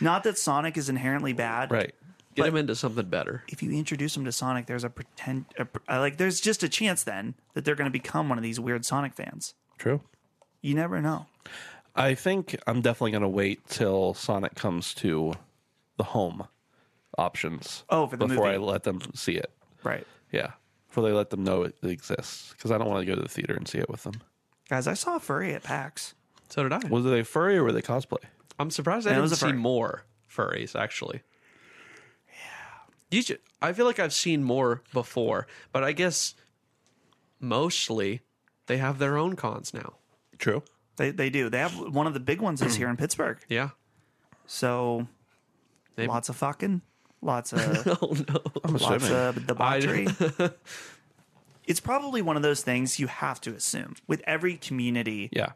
Speaker 1: not that Sonic is inherently bad.
Speaker 3: Right?
Speaker 2: Get him into something better.
Speaker 1: If you introduce them to Sonic, there's a pretend a, pr- uh, like there's just a chance then that they're gonna become one of these weird Sonic fans.
Speaker 3: True.
Speaker 1: You never know.
Speaker 3: I think I'm definitely going to wait till Sonic comes to the home options.
Speaker 1: Oh, for the
Speaker 3: before
Speaker 1: movie.
Speaker 3: I let them see it.
Speaker 1: Right.
Speaker 3: Yeah, before they let them know it exists, because I don't want to go to the theater and see it with them.
Speaker 1: Guys, I saw Furry at PAX.
Speaker 2: So did I.
Speaker 3: Was they furry or were they cosplay?
Speaker 2: I'm surprised I
Speaker 1: And it was
Speaker 2: didn't
Speaker 1: a
Speaker 2: see
Speaker 1: furry.
Speaker 2: more furries actually. Yeah, you. Should, I feel like I've seen more before, but I guess mostly they have their own cons now.
Speaker 3: True.
Speaker 1: They they do. They have one of the big ones is here in Pittsburgh.
Speaker 2: Yeah.
Speaker 1: So
Speaker 2: They-
Speaker 1: lots of fucking, lots of
Speaker 2: Oh no.
Speaker 3: I'm
Speaker 1: lots
Speaker 3: assuming.
Speaker 1: of debauchery. it's probably one of those things you have to assume. With every community,
Speaker 3: yeah.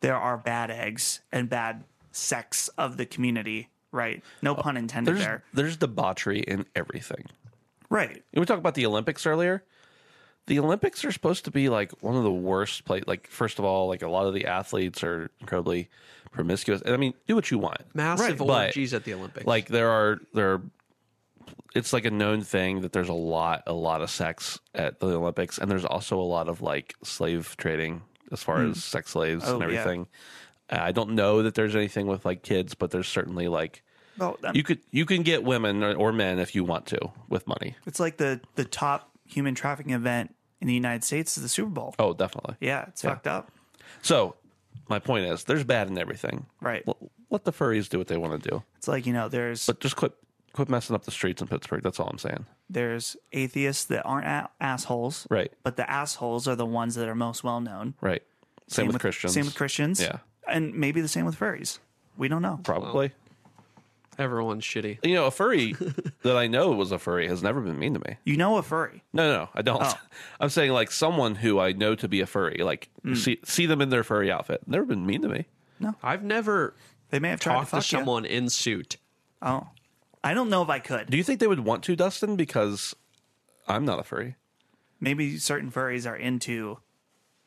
Speaker 1: there are bad eggs and bad sects of the community. Right. No pun intended
Speaker 3: Oh, There's
Speaker 1: there.
Speaker 3: there's debauchery in everything.
Speaker 1: Right.
Speaker 3: We talked about the Olympics earlier. the Olympics are supposed to be like one of the worst play. Like first of all, like a lot of the athletes are incredibly promiscuous. And I mean, do what you want.
Speaker 2: Massive
Speaker 3: Right, but,
Speaker 2: orgies at the Olympics.
Speaker 3: Like there are there are it's like a known thing that there's a lot a lot of sex at the Olympics and there's also a lot of like slave trading as far as sex slaves
Speaker 1: Oh,
Speaker 3: and
Speaker 1: yeah.
Speaker 3: everything. Uh, I don't know that there's anything with like kids, but there's certainly like
Speaker 1: Well, um,
Speaker 3: you could you can get women or, or men if you want to with money.
Speaker 1: it's like the the top human trafficking event in the United States is the Super Bowl.
Speaker 3: Oh, definitely.
Speaker 1: Yeah, it's fucked up.
Speaker 3: So, my point is, there's bad in everything.
Speaker 1: Right.
Speaker 3: L- let the furries do what they want to do,
Speaker 1: It's like you know, there's
Speaker 3: but just quit quit messing up the streets in Pittsburgh. That's all I'm saying.
Speaker 1: there's atheists that aren't a- assholes,
Speaker 3: Right.
Speaker 1: But the assholes are the ones that are most well known.
Speaker 3: Right. Same, with, Christians.
Speaker 1: Same with Christians.
Speaker 3: Yeah.
Speaker 1: and maybe the same with furries. We don't know.
Speaker 3: Probably.
Speaker 2: everyone's shitty.
Speaker 3: You know, a furry that I know was a furry has never been mean to me.
Speaker 1: You know a furry.
Speaker 3: No, no, no I don't. I'm saying like someone who I know to be a furry, like see see them in their furry outfit, never been mean to me.
Speaker 2: I've never
Speaker 1: They may have tried
Speaker 2: talked
Speaker 1: to,
Speaker 2: to
Speaker 1: fuck you.
Speaker 2: someone in suit.
Speaker 1: Oh, I don't know if I could.
Speaker 3: Do you think they would want to, Dustin? Because I'm not a furry.
Speaker 1: Maybe certain furries are into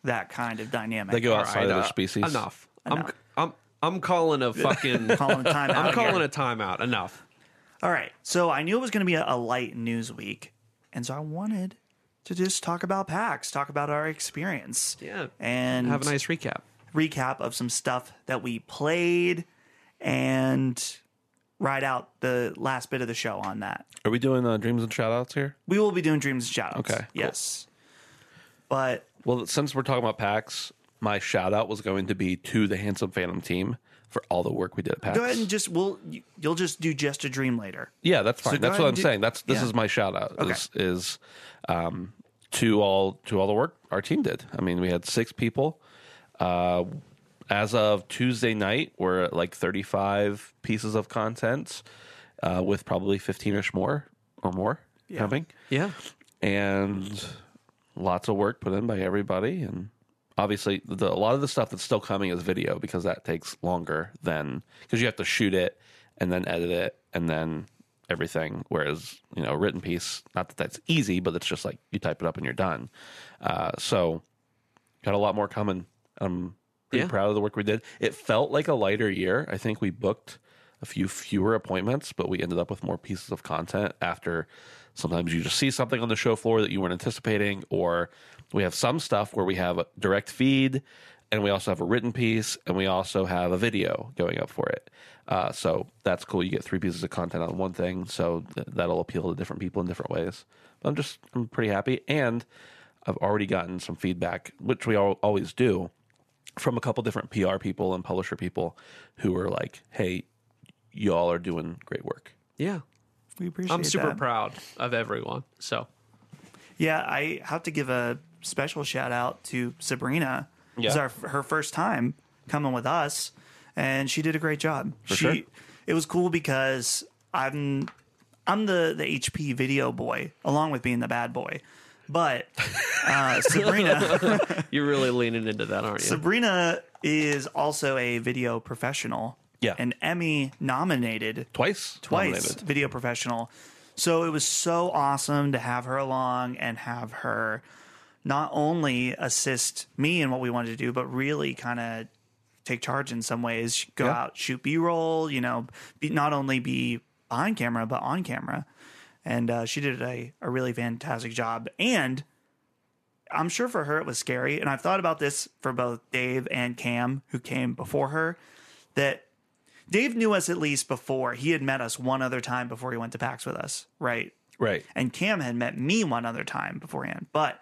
Speaker 1: that kind of dynamic.
Speaker 3: They go
Speaker 2: All
Speaker 3: outside
Speaker 2: right,
Speaker 3: of their
Speaker 2: uh,
Speaker 3: species.
Speaker 2: Enough.
Speaker 1: Enough.
Speaker 2: I'm I'm I'm calling a fucking
Speaker 1: calling time out.
Speaker 2: I'm calling
Speaker 1: here.
Speaker 2: a timeout. Enough.
Speaker 1: All right. So I knew it was going to be a, a light news week. And so I wanted to just talk about PAX, talk about our experience.
Speaker 2: Yeah.
Speaker 1: And
Speaker 2: Have a nice recap.
Speaker 1: recap of some stuff that we played and ride out the last bit of the show on that.
Speaker 3: Are we doing uh, dreams and shoutouts here?
Speaker 1: We will be doing Dreams and Shoutouts.
Speaker 3: Okay, cool.
Speaker 1: Yes. But
Speaker 3: Well, since we're talking about PAX, my shout out was going to be to the Handsome Phantom team for all the work we did at PAX.
Speaker 1: go ahead and just, we'll, you- you'll just do Just a Dream later.
Speaker 3: yeah, that's fine.
Speaker 1: go
Speaker 3: that's
Speaker 1: ahead
Speaker 3: what I'm
Speaker 1: and do-
Speaker 3: saying. That's this
Speaker 1: yeah.
Speaker 3: is my shout out is, is um, to all to all the work our team did. I mean, we had six people. Uh, as of Tuesday night, we're at like 35 pieces of content, uh, with probably 15 ish more or more coming.
Speaker 2: Yeah.
Speaker 3: and lots of work put in by everybody and obviously the, a lot of the stuff that's still coming is video because that takes longer than because you have to shoot it and then edit it and then everything whereas you know a written piece not that that's easy but it's just like you type it up and you're done uh, so got a lot more coming i'm pretty
Speaker 2: Yeah.
Speaker 3: proud of the work we did it felt like a lighter year i think we booked a few fewer appointments but we ended up with more pieces of content after sometimes you just see something on the show floor that you weren't anticipating or we have some stuff where we have a direct feed and we also have a written piece and we also have a video going up for it uh, so that's cool you get three pieces of content on one thing so th- that'll appeal to different people in different ways but i'm just i'm pretty happy and i've already gotten some feedback which we all, always do from a couple different pr people and publisher people who are like hey y'all are doing great work
Speaker 2: Yeah.
Speaker 1: We appreciate
Speaker 2: I'm super
Speaker 1: that.
Speaker 2: proud of everyone. So
Speaker 1: Yeah, I have to give a special shout out to Sabrina. It was
Speaker 3: Yeah.
Speaker 1: our, her first time coming with us, and she did a great job. she,
Speaker 3: sure.
Speaker 1: It was cool because I'm I'm the, the HP video boy, along with being the bad boy. But uh, Sabrina.
Speaker 2: you're really leaning into that, aren't you?
Speaker 1: Sabrina is also a video professional.
Speaker 3: Yeah.
Speaker 1: An Emmy nominated
Speaker 3: twice
Speaker 1: twice
Speaker 3: nominated.
Speaker 1: video professional. So it was so awesome to have her along and have her not only assist me in what we wanted to do, but really kind of take charge in some ways. Go
Speaker 3: Yeah.
Speaker 1: out, shoot B roll, you know, be, not only be behind camera, but on camera. And uh, she did a, a really fantastic job. And I'm sure for her it was scary. And I've thought about this for both Dave and Cam, who came before her, that Dave knew us at least before. He had met us one other time before he went to PAX with us, right?
Speaker 3: right
Speaker 1: And Cam had met me one other time beforehand. But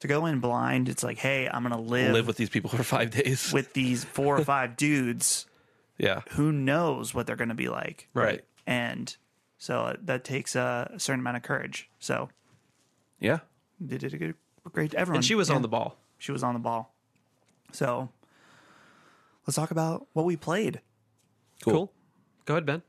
Speaker 1: to go in blind, it's like, hey, I'm going to live,
Speaker 3: live
Speaker 1: with-,
Speaker 3: with these people for five days
Speaker 1: these four or five dudes.
Speaker 3: yeah
Speaker 1: Who knows what they're going to be like?
Speaker 3: Right.
Speaker 1: And so uh, that takes a, certain amount of courage. So
Speaker 3: yeah
Speaker 1: they did a good, great. Everyone.
Speaker 2: and she was
Speaker 1: yeah,
Speaker 2: on the ball.
Speaker 1: She was on the ball. So let's talk about what we played.
Speaker 2: Cool. Go ahead, Ben.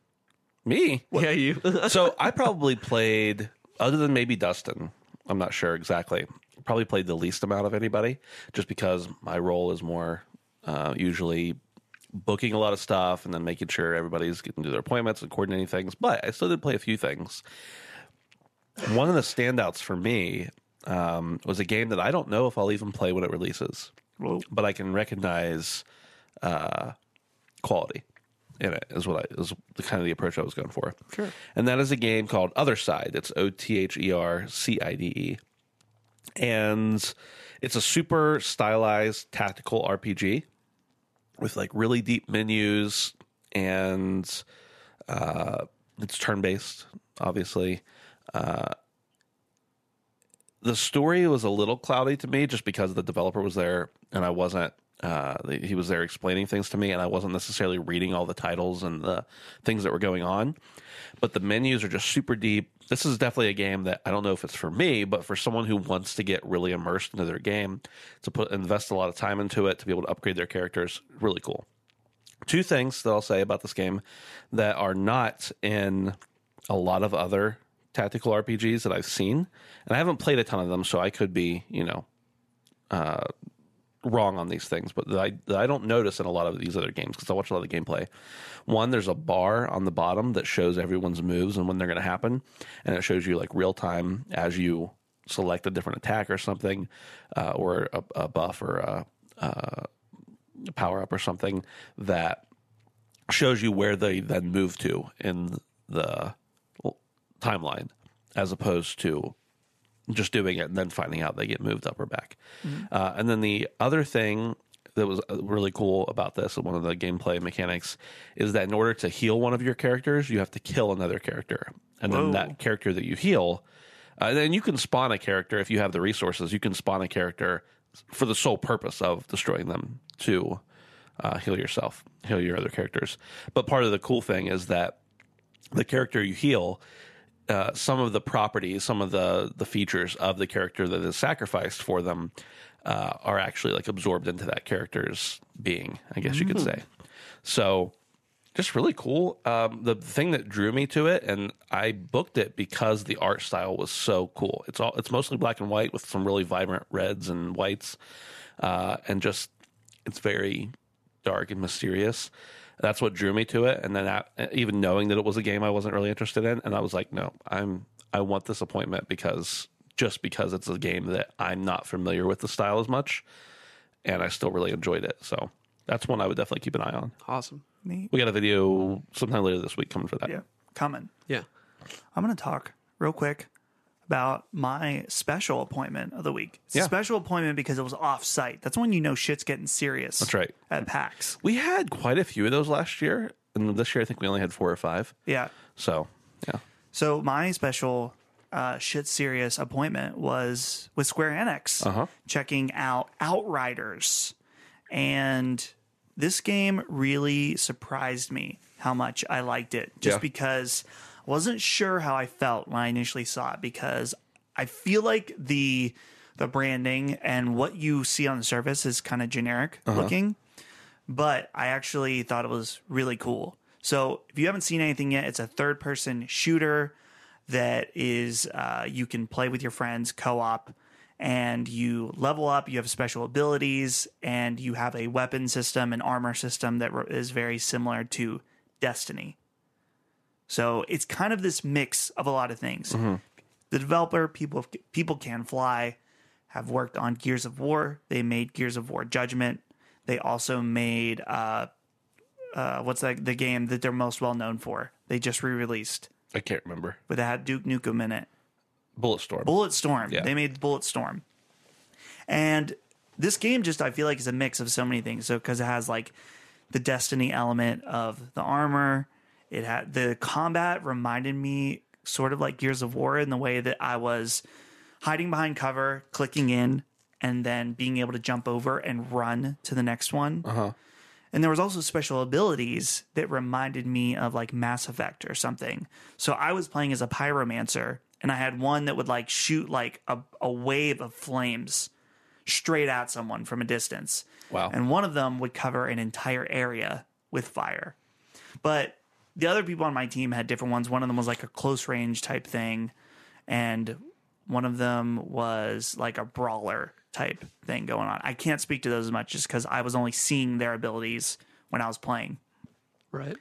Speaker 3: me
Speaker 2: Yeah, you.
Speaker 3: so I probably played, other than maybe Dustin, I'm not sure exactly. Probably played the least amount of anybody, just because my role is more uh, usually booking a lot of stuff and then making sure everybody's getting to their appointments and coordinating things. But I still did play a few things. One of the standouts for me um, was a game that I don't know if I'll even play when it releases,
Speaker 1: Whoa.
Speaker 3: but I can recognize uh, quality in it. Is what I is the kind of the approach I was going for. Sure. And that is a game called Other Side. It's O T H E R C I D E, and it's a super stylized tactical RPG with like really deep menus and uh, it's turn based, obviously. Uh, the story was a little cloudy to me just because the developer was there and I wasn't. Uh, he was there explaining things to me, and I wasn't necessarily reading all the titles and the things that were going on. But the menus are just super deep. This is definitely a game that I don't know if it's for me, but for someone who wants to get really immersed into their game, to put invest a lot of time into it, to be able to upgrade their characters, really cool two things that I'll say about this game that are not in a lot of other tactical RPGs that I've seen, and I haven't played a ton of them, so I could be, you know, uh, wrong on these things. But that I that I don't notice in a lot of these other games because I watch a lot of the gameplay. One, there's a bar on the bottom that shows everyone's moves and when they're going to happen, and it shows you like real time as you select a different attack or something, uh, or a, a buff or a power up or something that shows you where they then move to in the l- timeline, as opposed to just doing it and then finding out they get moved up or back. Uh, and then the other thing that was uh, really cool about this, and one of the gameplay mechanics, is that in order to heal one of your characters, you have to kill another character, and
Speaker 1: Whoa.
Speaker 3: then that character that you heal. Uh, and then you can spawn a character if you have the resources. You can spawn a character for the sole purpose of destroying them to uh, heal yourself, heal your other characters. But part of the cool thing is that the character you heal, uh, some of the properties, some of the the features of the character that is sacrificed for them uh, are actually like absorbed into that character's being. I guess you could say. So just really cool. Um, the thing that drew me to it, and I booked it because the art style was so cool. It's all it's mostly black and white with some really vibrant reds and whites, uh, and just it's very dark and mysterious. That's what drew me to it. And then I, even knowing that it was a game I wasn't really interested in, and I was like, no, I'm I want this appointment because just because it's a game that I'm not familiar with the style as much, and I still really enjoyed it. So that's one I would definitely keep an eye on.
Speaker 2: Awesome.
Speaker 1: Neat.
Speaker 3: We got a video sometime later this week coming for that.
Speaker 1: Yeah. Coming.
Speaker 2: Yeah.
Speaker 1: I'm going to talk real quick about my special appointment of the week. It's
Speaker 3: Yeah.
Speaker 1: a special appointment because it was off site. That's when you know shit's getting serious.
Speaker 3: That's right.
Speaker 1: At PAX.
Speaker 3: We had quite a few of those last year, and this year I think we only had four or five.
Speaker 1: Yeah.
Speaker 3: So yeah,
Speaker 1: So my special uh, shit serious appointment was with Square Enix,
Speaker 3: Uh-huh.
Speaker 1: checking out Outriders, and this game really surprised me how much I liked it. Just
Speaker 3: Yeah.
Speaker 1: because I wasn't sure how I felt when I initially saw it, because I feel like the the branding and what you see on the surface is kind of generic
Speaker 3: Uh-huh.
Speaker 1: looking but I actually thought it was really cool. So if you haven't seen anything yet, it's a third person shooter that is uh, you can play with your friends co op and you level up, you have special abilities, and you have a weapon system and armor system that re- is very similar to Destiny. So it's kind of this mix of a lot of things. The developer, people, people can fly, have worked on Gears of War. They made Gears of War Judgment. They also made uh, uh, what's that? The game that they're most well known for. They just re-released,
Speaker 3: I can't remember
Speaker 1: but they had Duke Nukem in it.
Speaker 3: Bulletstorm.
Speaker 1: Bullet Storm.
Speaker 3: Yeah.
Speaker 1: They made Bullet Storm. And this game just I feel like is a mix of so many things. So cuz it has like the destiny element of the armor, it had the combat reminded me sort of like Gears of War in the way that I was hiding behind cover, clicking in and then being able to jump over and run to the next one. And there was also special abilities that reminded me of like Mass Effect or something. So I was playing as a pyromancer and I had one that would like shoot like a, a wave of flames straight at someone from a distance.
Speaker 3: Wow.
Speaker 1: And one of them would cover an entire area with fire. But the other people on my team had different ones. One of them was like a close range type thing and one of them was like a brawler type thing going on. I can't speak to those as much just because I was only seeing their abilities when I was playing.
Speaker 2: Right.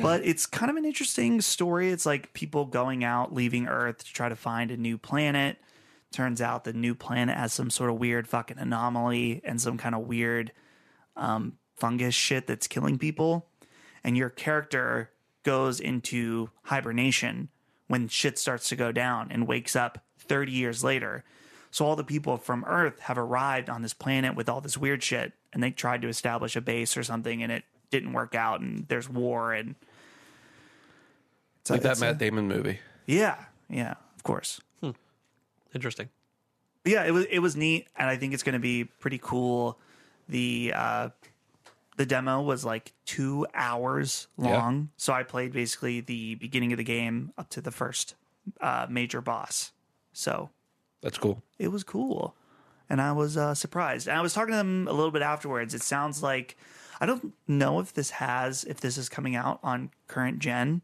Speaker 1: But it's kind of an interesting story. It's like people going out, leaving Earth to try to find a new planet Turns out the new planet has some sort of weird fucking anomaly and some kind of weird um, fungus shit that's killing people. And your character goes into hibernation when shit starts to go down and wakes up 30 years later. So all the people from Earth have arrived on this planet with all this weird shit and they tried to establish a base or something and it didn't work out and there's war and it's
Speaker 3: like that
Speaker 1: it's a-
Speaker 3: Matt Damon movie.
Speaker 1: yeah, yeah, of course.
Speaker 2: Interesting.
Speaker 1: But yeah, it was it was neat, and I think it's going to be pretty cool. The uh, the demo was like two hours long, so I played basically the beginning of the game up to the first uh, major boss. So
Speaker 3: That's cool.
Speaker 1: it was cool and i was uh, surprised and i was talking to them a little bit afterwards it sounds like i don't know if this has if this is coming out on current gen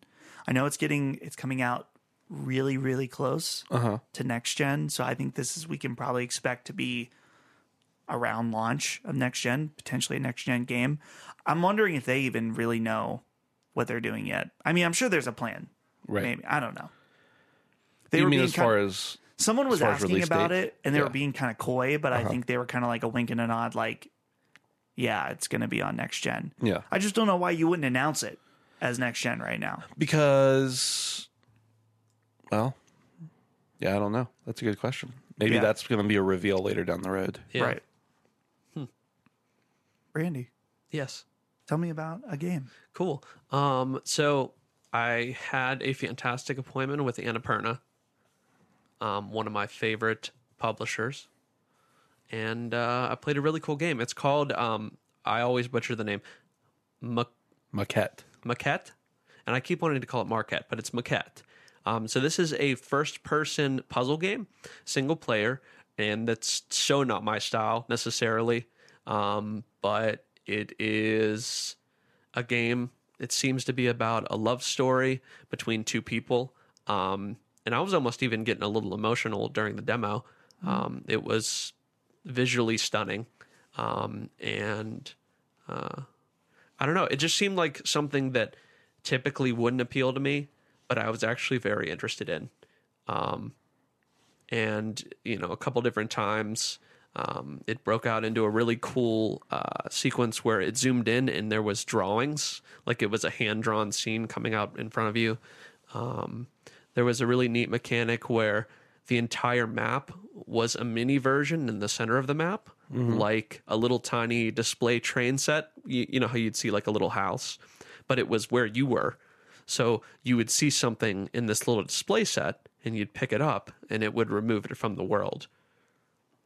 Speaker 1: i know it's getting it's coming out really really close
Speaker 3: Uh-huh.
Speaker 1: to next gen so i think this is we can probably expect to be around launch of next gen potentially a next gen game i'm wondering if they even really know what they're doing yet i mean i'm sure there's a plan
Speaker 3: Right.
Speaker 1: maybe i don't know
Speaker 3: They you mean
Speaker 1: being
Speaker 3: as
Speaker 1: kind-
Speaker 3: far as
Speaker 1: Someone was
Speaker 3: far as
Speaker 1: asking
Speaker 3: release
Speaker 1: about
Speaker 3: date.
Speaker 1: it, and they
Speaker 3: Yeah. Uh-huh.
Speaker 1: were being kind of coy, but I think they were kind of like a wink and a nod, like, "Yeah, it's going to be on next gen."
Speaker 3: yeah?
Speaker 1: I just don't know why you wouldn't announce it as next gen right now.
Speaker 3: Because, well, yeah, I don't know. That's a good question. Maybe
Speaker 1: Yeah.
Speaker 3: that's going to be a reveal later down the road.
Speaker 2: Yeah.
Speaker 1: Right? Randy,
Speaker 2: Yes.
Speaker 1: tell me about a game.
Speaker 2: Cool. Um, so I had a fantastic appointment with Annapurna, um, one of my favorite publishers, and uh, I played a really cool game. It's called um, I always butcher the name Ma-
Speaker 3: Maquette.
Speaker 2: Maquette, and I keep wanting to call it Marquette, but it's Maquette. Um, so this is a first-person puzzle game, single player, and that's so not my style necessarily. Um, but it is a game. It seems to be about a love story between two people. Um, and I was almost even getting a little emotional during the demo. Um, it was visually stunning, um, and uh, I don't know. It just seemed like something that typically wouldn't appeal to me, but I was actually very interested in. Um, and you know, a couple different times, um, it broke out into a really cool uh, sequence where it zoomed in and there was drawings, like it was a hand drawn scene coming out in front of you. Um, there was a really neat mechanic where the entire map was a mini version in the center of the map, like a little tiny display train set. You, you know how you'd see like a little house, but it was where you were. So you would see something in this little display set and you'd pick it up and it would remove it from the world.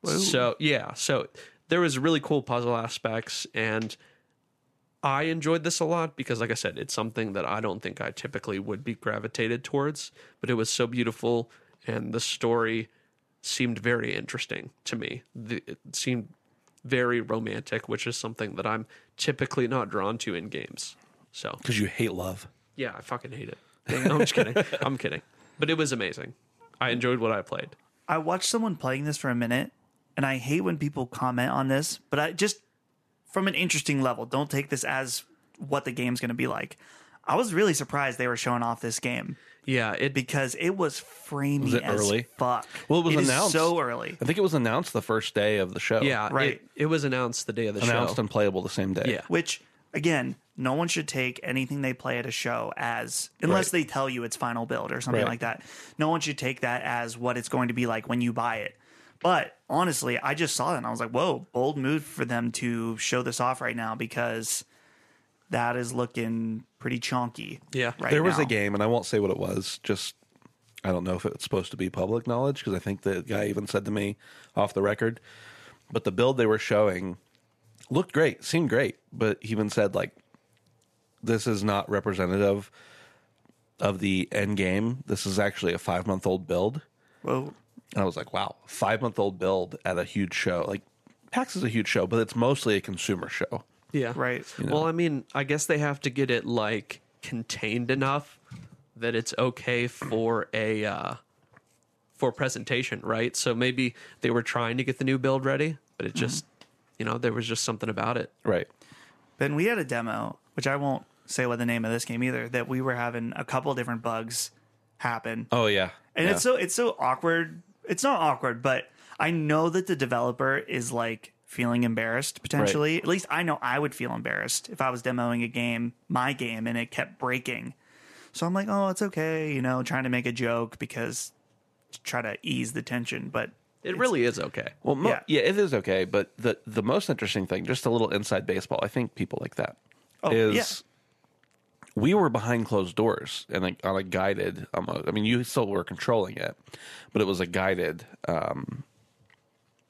Speaker 2: So, yeah. So there was really cool puzzle aspects and I enjoyed this a lot because, like I said, it's something that I don't think I typically would be gravitated towards, but it was so beautiful and the story seemed very interesting to me. The, it seemed very romantic, which is something that I'm typically not drawn to in games. So,
Speaker 3: Because you hate love.
Speaker 2: yeah, I fucking hate it. I'm just kidding. I'm kidding. But it was amazing. I enjoyed what I played.
Speaker 1: I watched someone playing this for a minute, and I hate when people comment on this, but I just from an interesting level, don't take this as what the game's going to be like. I was really surprised they were showing off this game
Speaker 2: Yeah, it
Speaker 1: because it was framey
Speaker 3: it
Speaker 1: as
Speaker 3: early?
Speaker 1: fuck.
Speaker 3: Well, it was
Speaker 1: is
Speaker 3: announced.
Speaker 1: so early.
Speaker 3: I think it was announced the first day of the show.
Speaker 2: yeah,
Speaker 1: Right.
Speaker 2: It, it was announced the day of the
Speaker 3: Oh, Announced
Speaker 2: show.
Speaker 3: and playable the same day.
Speaker 2: Yeah.
Speaker 1: Which again, no one should take anything they play at a show as unless they tell you it's final build or something
Speaker 3: Right.
Speaker 1: like that. No one should take that as what it's going to be like when you buy it. But honestly, I just saw that and I was like, whoa, bold move for them to show this off right now because that is looking pretty chonky.
Speaker 2: Yeah.
Speaker 1: Right.
Speaker 3: there was
Speaker 1: now.
Speaker 3: a game, and I won't say what it was. Just I don't know if it's supposed to be public knowledge because I think the guy even said to me off the record. But the build they were showing looked great, seemed great, but he even said like, "This is not representative of the end game. This is actually a five month old build."
Speaker 1: Whoa.
Speaker 3: And I was like, "Wow, five month old build at a huge show like." PAX is a huge show, but it's mostly a consumer show.
Speaker 2: Yeah.
Speaker 1: Right.
Speaker 2: Well, I mean, I guess they have to get it like contained enough that it's okay for a uh, for presentation, right? So maybe they were trying to get the new build ready, but
Speaker 1: Mm-hmm.
Speaker 2: it just you know, there was just something about it.
Speaker 3: Right.
Speaker 1: Ben, we had a demo, which I won't say what the name of this game either, that we were having a couple different bugs happen.
Speaker 3: Oh yeah.
Speaker 1: and
Speaker 3: Yeah.
Speaker 1: it's so it's so awkward it's not awkward, but I know that the developer is like feeling embarrassed potentially. At least I know I would feel embarrassed if I was demoing a game, my game, and it kept breaking. So I'm like, oh, it's okay, you know, trying to make a joke because to try to ease the tension, but
Speaker 2: It really is okay.
Speaker 3: Well, mo-
Speaker 1: Yeah.
Speaker 3: yeah. it is okay, but the the most interesting thing, just a little inside baseball, I think people like that
Speaker 1: Oh,
Speaker 3: is we were behind closed doors and like, on a guided. Almost, I mean, you still were controlling it, but it was a guided um,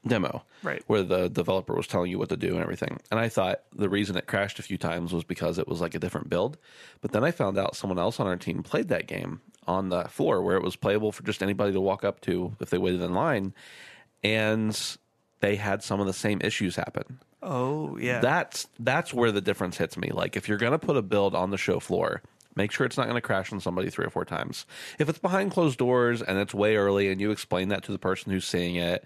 Speaker 3: demo,
Speaker 1: Right.
Speaker 3: Where the developer was telling you what to do and everything. And I thought the reason it crashed a few times was because it was like a different build, but then I found out someone else on our team played that game on the floor where it was playable for just anybody to walk up to if they waited in line, and they had some of the same issues happen
Speaker 1: oh yeah.
Speaker 3: that's that's where the difference hits me. Like if you're gonna put a build on the show floor, make sure it's not gonna crash on somebody three or four times. If it's behind closed doors and it's way early and you explain that to the person who's seeing it,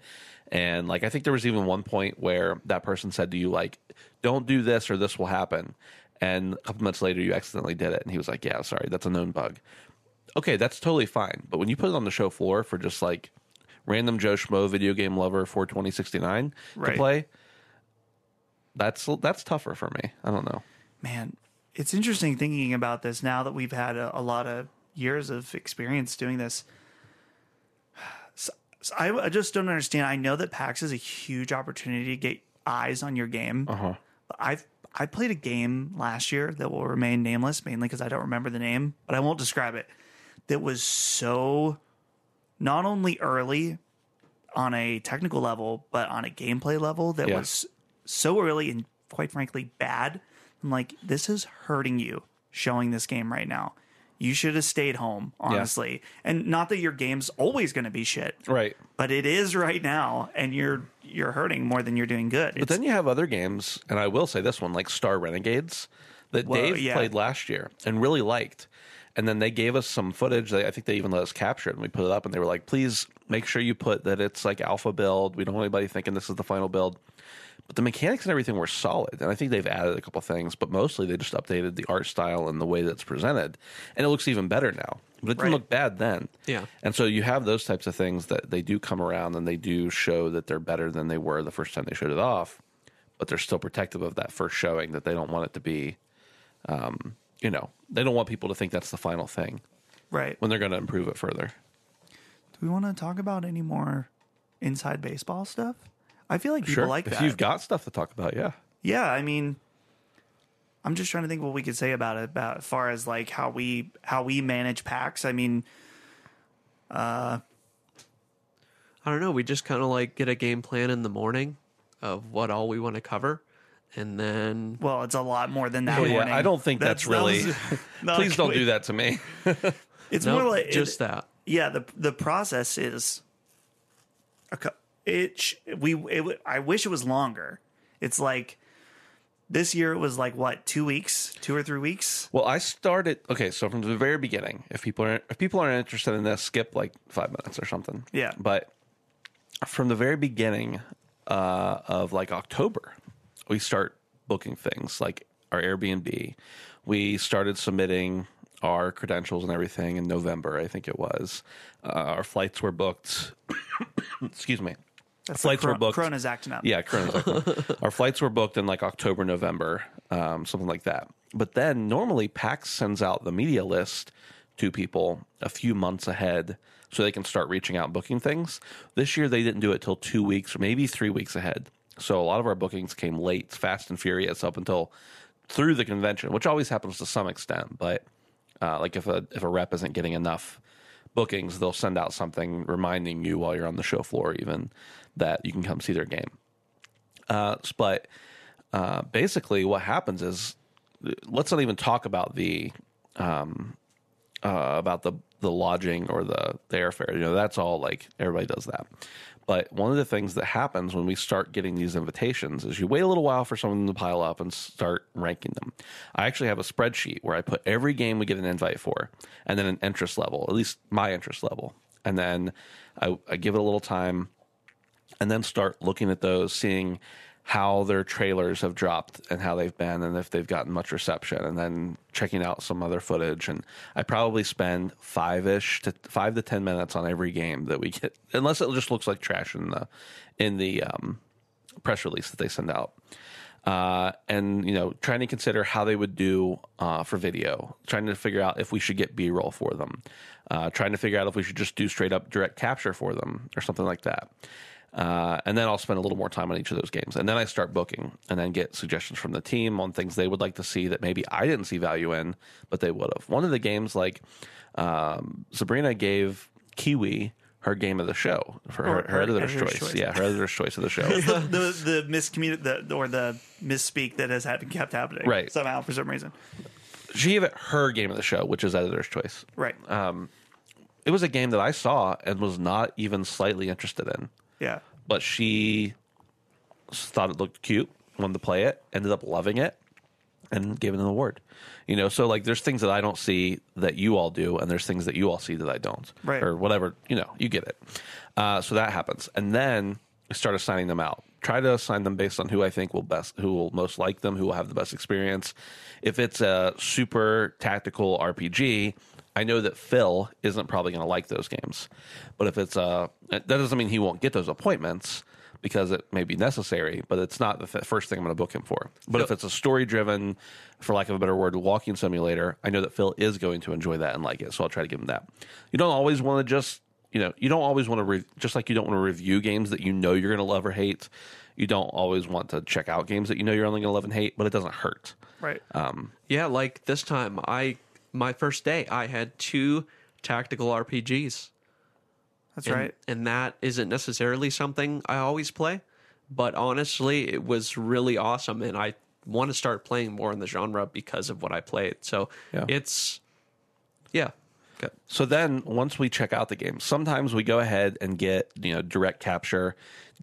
Speaker 3: and like I think there was even one point where that person said to you like, "Don't do this or this will happen," and a couple months later you accidentally did it, and he was like, "Yeah, sorry, that's a known bug." Okay, that's totally fine. But when you put it on the show floor for just like random Joe Schmo video game lover 42069
Speaker 1: Right.
Speaker 3: to play, that's that's tougher for me. I don't know.
Speaker 1: man, it's interesting thinking about this now that we've had a, a lot of years of experience doing this. So, so I, I just don't understand. I know that PAX is a huge opportunity to get eyes on your game.
Speaker 3: Uh-huh.
Speaker 1: But I've I played a game last year that will remain nameless, mainly because I don't remember the name, but I won't describe it. That was so not only early on a technical level, but on a gameplay level that
Speaker 3: Yeah.
Speaker 1: was so early and quite frankly bad. I'm like, this is hurting you showing this game right now. You should have stayed home, honestly. And not that your game's always going to be shit,
Speaker 3: Right.
Speaker 1: but it is right now, and you're you're hurting more than you're doing good.
Speaker 3: But then you have other games, and I will say this one, like Star Renegades, that
Speaker 1: Whoa,
Speaker 3: Dave
Speaker 1: yeah.
Speaker 3: played last year and really liked. And then they gave us some footage. They, I think they even let us capture it, and we put it up. And they were like, "Please make sure you put that it's like alpha build. We don't want anybody thinking this is the final build." But the mechanics and everything were solid, and I think they've added a couple things. But mostly, they just updated the art style and the way that's presented, and it looks even better now. But it didn't
Speaker 1: Right.
Speaker 3: look bad then.
Speaker 2: Yeah.
Speaker 3: And so you have those types of things that they do come around and they do show that they're better than they were the first time they showed it off, but they're still protective of that first showing that they don't want it to be, um, you know, they don't want people to think that's the final thing
Speaker 1: right.
Speaker 3: when they're going to improve it further.
Speaker 1: Do we want to talk about any more inside baseball stuff? I feel like people like
Speaker 3: if
Speaker 1: that.
Speaker 3: you've got stuff to talk about, yeah.
Speaker 1: yeah, I mean, I'm just trying to think what we could say about it. About as far as like how we how we manage packs. I mean,
Speaker 2: I don't know. We just kind of like get a game plan in the morning of what all we want to cover, and then
Speaker 1: well, it's a lot more than that.
Speaker 3: Well, Oh, yeah,
Speaker 1: morning.
Speaker 3: I don't think that's really-
Speaker 1: that was- not
Speaker 3: Please don't
Speaker 1: quick.
Speaker 3: do that to me.
Speaker 1: It's
Speaker 2: no,
Speaker 1: more like it-
Speaker 2: just that.
Speaker 1: yeah the the process is a cou- it sh- we it, w- I wish it was longer. It's like this year it was like what two weeks, two or three weeks.
Speaker 3: Well, I started okay, so from the very beginning, if people aren't if people aren't interested in this, skip like five minutes or something.
Speaker 1: Yeah.
Speaker 3: But from the very beginning uh, of like October, we start booking things like our Airbnb. We started submitting our credentials and everything in November, I think it was. Uh, our flights were booked. Excuse me.
Speaker 1: That's
Speaker 3: Flights
Speaker 1: the
Speaker 3: were
Speaker 1: cor-
Speaker 3: booked.
Speaker 1: Corona's acting up.
Speaker 3: Yeah, currently. Our flights were booked in like October, November, um, something like that. But then normally PAX sends out the media list to people a few months ahead so they can start reaching out and booking things. This year they didn't do it till two weeks or maybe three weeks ahead. So a lot of our bookings came late, fast and furious up until through the convention, which always happens to some extent, but uh, like if a if a rep isn't getting enough bookings, they'll send out something reminding you while you're on the show floor, even that you can come see their game. Uh, but uh, basically, what happens is let's not even talk about the um, uh, about the the lodging or the, the airfare. You know, that's all like everybody does that. But one of the things that happens when we start getting these invitations is you wait a little while for someone to pile up and start ranking them. I actually have a spreadsheet where I put every game we get an invite for, and then an interest level, at least my interest level, and then I, I give it a little time and then start looking at those, seeing how their trailers have dropped and how they've been and if they've gotten much reception and then checking out some other footage and i probably spend five-ish to five to ten minutes on every game that we get unless it just looks like trash in the in the um, press release that they send out uh, and you know trying to consider how they would do uh, for video trying to figure out if we should get b-roll for them uh, trying to figure out if we should just do straight up direct capture for them or something like that uh, and then I'll spend a little more time on each of those games. And then I start booking and then get suggestions from the team on things they would like to see that maybe I didn't see value in, but they would have. One of the games, like um, Sabrina gave Kiwi her game of the show for her,
Speaker 1: Or
Speaker 3: her,
Speaker 1: her
Speaker 3: editor's,
Speaker 1: editor's
Speaker 3: choice.
Speaker 1: choice.
Speaker 3: Yeah, her editor's choice of the show.
Speaker 1: It's the, the, the miscommunic the, or the misspeak that has happened, kept happening
Speaker 3: Right.
Speaker 1: somehow for some reason.
Speaker 3: she gave it her game of the show, which is editor's choice.
Speaker 1: Right.
Speaker 3: Uh, It was a game that I saw and was not even slightly interested in.
Speaker 1: yeah.
Speaker 3: but she thought it looked cute, wanted to play it, ended up loving it, and gave it an award. You know, so like there's things that I don't see that you all do, and there's things that you all see that I don't,
Speaker 1: Right.
Speaker 3: Or whatever. You know, you get it. Uh, so that happens, and then I start assigning them out. Try to assign them based on who I think will best, who will most like them, who will have the best experience. If it's a super tactical RPG, I know that Phil isn't probably going to like those games. But if it's a, that doesn't mean he won't get those appointments because it may be necessary, but it's not the f- first thing I'm going to book him for. But if it's a story driven, for lack of a better word, walking simulator, I know that Phil is going to enjoy that and like it. So I'll try to give him that. You don't always want to just, you know, you don't always want to, re- just like you don't want to review games that you know you're going to love or hate. You don't always want to check out games that you know you're only going to love and hate, but it doesn't hurt.
Speaker 1: Right.
Speaker 3: uh,
Speaker 2: Yeah, like this time I my first day I had two tactical RPGs.
Speaker 1: That's
Speaker 2: and,
Speaker 1: right.
Speaker 2: And that isn't necessarily something I always play, but honestly, it was really awesome and I want to start playing more in the genre because of what I played. So
Speaker 3: Yeah.
Speaker 2: it's yeah. Good.
Speaker 3: So then once we check out the game, sometimes we go ahead and get, you know, direct capture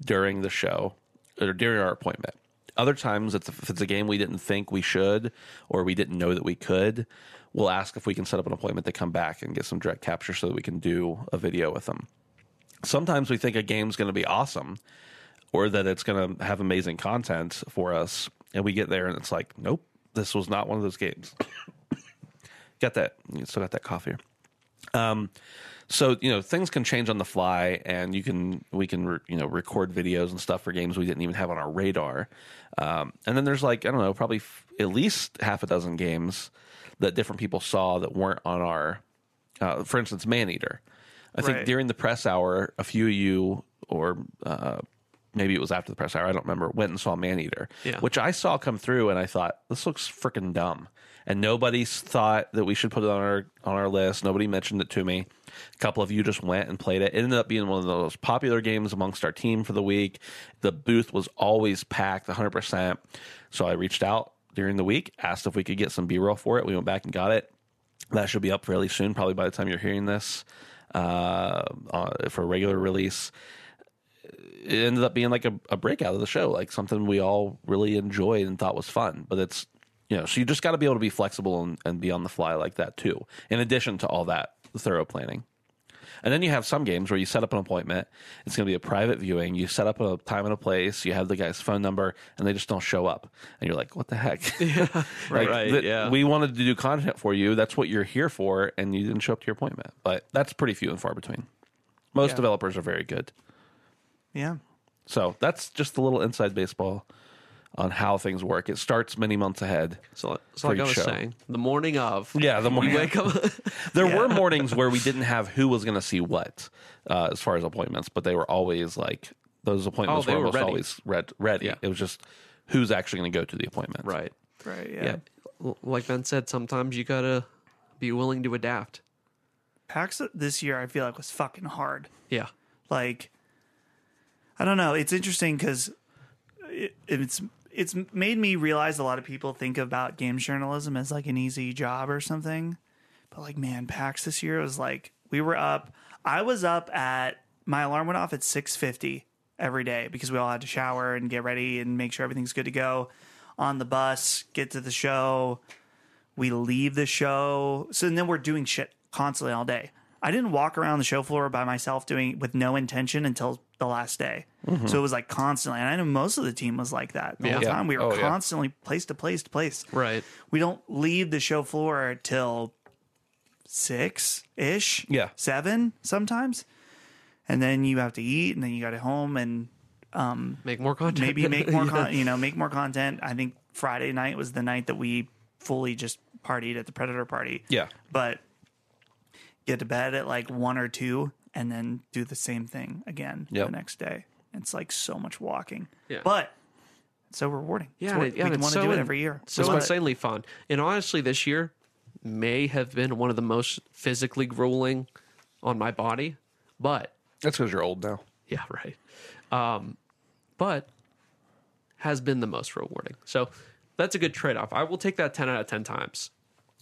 Speaker 3: during the show or during our appointment. Other times it's if it's a game we didn't think we should or we didn't know that we could, we'll ask if we can set up an appointment to come back and get some direct capture so that we can do a video with them. Sometimes we think a game's going to be awesome or that it's going to have amazing content for us and we get there and it's like, nope, this was not one of those games. got that. You still got that cough here so you know things can change on the fly and you can we can re- you know record videos and stuff for games we didn't even have on our radar um, and then there's like i don't know probably f- at least half a dozen games that different people saw that weren't on our uh, for instance maneater i think
Speaker 1: Right.
Speaker 3: during the press hour a few of you or uh, maybe it was after the press hour i don't remember went and saw maneater
Speaker 2: Yeah.
Speaker 3: which i saw come through and i thought this looks freaking dumb and nobody s- thought that we should put it on our on our list nobody mentioned it to me a couple of you just went and played it it ended up being one of the most popular games amongst our team for the week the booth was always packed 100% so i reached out during the week asked if we could get some b-roll for it we went back and got it that should be up fairly soon probably by the time you're hearing this uh, uh, for regular release it ended up being like a, a breakout of the show, like something we all really enjoyed and thought was fun. But it's, you know, so you just got to be able to be flexible and, and be on the fly like that too, in addition to all that thorough planning. And then you have some games where you set up an appointment, it's going to be a private viewing, you set up a time and a place, you have the guy's phone number, and they just don't show up. And you're like, what the heck? Yeah,
Speaker 2: right, yeah.
Speaker 3: We wanted to do content for you, that's what you're here for, and you didn't show up to your appointment. But that's pretty few and far between. Most developers are very good.
Speaker 1: Yeah.
Speaker 3: So that's just a little inside baseball on how things work. It starts many months ahead.
Speaker 2: So,
Speaker 3: For
Speaker 2: so like I
Speaker 3: each
Speaker 2: was
Speaker 3: show.
Speaker 2: saying, the morning of
Speaker 3: Yeah, the morning.
Speaker 2: you wake up
Speaker 3: There were mornings where we didn't have who was going to see what uh, as far as appointments, but they were always like those appointments
Speaker 2: Oh, they
Speaker 3: were
Speaker 2: were
Speaker 3: almost
Speaker 2: ready.
Speaker 3: always red, ready.
Speaker 2: Yeah.
Speaker 3: It was just who's actually going to go to the appointment.
Speaker 2: right.
Speaker 1: Right.
Speaker 2: Yeah. L- Like Ben said, sometimes you gotta be willing to adapt.
Speaker 1: PAX this year, I feel like was fucking hard.
Speaker 2: Yeah.
Speaker 1: Like, I don't know. It's interesting because it, it's it's made me realize a lot of people think about games journalism as like an easy job or something. But like, man, PAX this year was like we were up. I was up at my alarm went off at six fifty every day because we all had to shower and get ready and make sure everything's good to go on the bus, get to the show. We leave the show. So then we're doing shit constantly all day. I didn't walk around the show floor by myself doing with no intention until the last day. So it was like constantly, and I know most of the team was like that the whole
Speaker 3: Mm-hmm. Yeah.
Speaker 1: time. We were
Speaker 3: Oh, yeah.
Speaker 1: constantly place to place to place.
Speaker 2: Right.
Speaker 1: We don't leave the show floor till six ish,
Speaker 3: Yeah.
Speaker 1: seven sometimes, and then you have to eat, and then you got to home and
Speaker 2: Make more content.
Speaker 1: maybe make more
Speaker 2: Yeah.
Speaker 1: con- you know make more content i think friday night was the night that we fully just partied at the predator party
Speaker 3: Yeah.
Speaker 1: but get to bed at like one or two and then do the same thing again
Speaker 3: Yep.
Speaker 1: the next day it's like so much walking
Speaker 2: Yeah.
Speaker 1: but it's so rewarding It's
Speaker 2: Yeah,
Speaker 1: wor-
Speaker 2: and it- yeah,
Speaker 1: we
Speaker 2: and it's
Speaker 1: want to
Speaker 2: so
Speaker 1: do it
Speaker 2: in-
Speaker 1: every year
Speaker 2: So
Speaker 1: We wanna-
Speaker 2: insanely fun. And honestly, this year may have been one of the most physically grueling on my body, but
Speaker 3: That's because you're old now.
Speaker 2: yeah, right. Um, but has been the most rewarding. So that's a good trade off. I will take that 10 out of 10 times.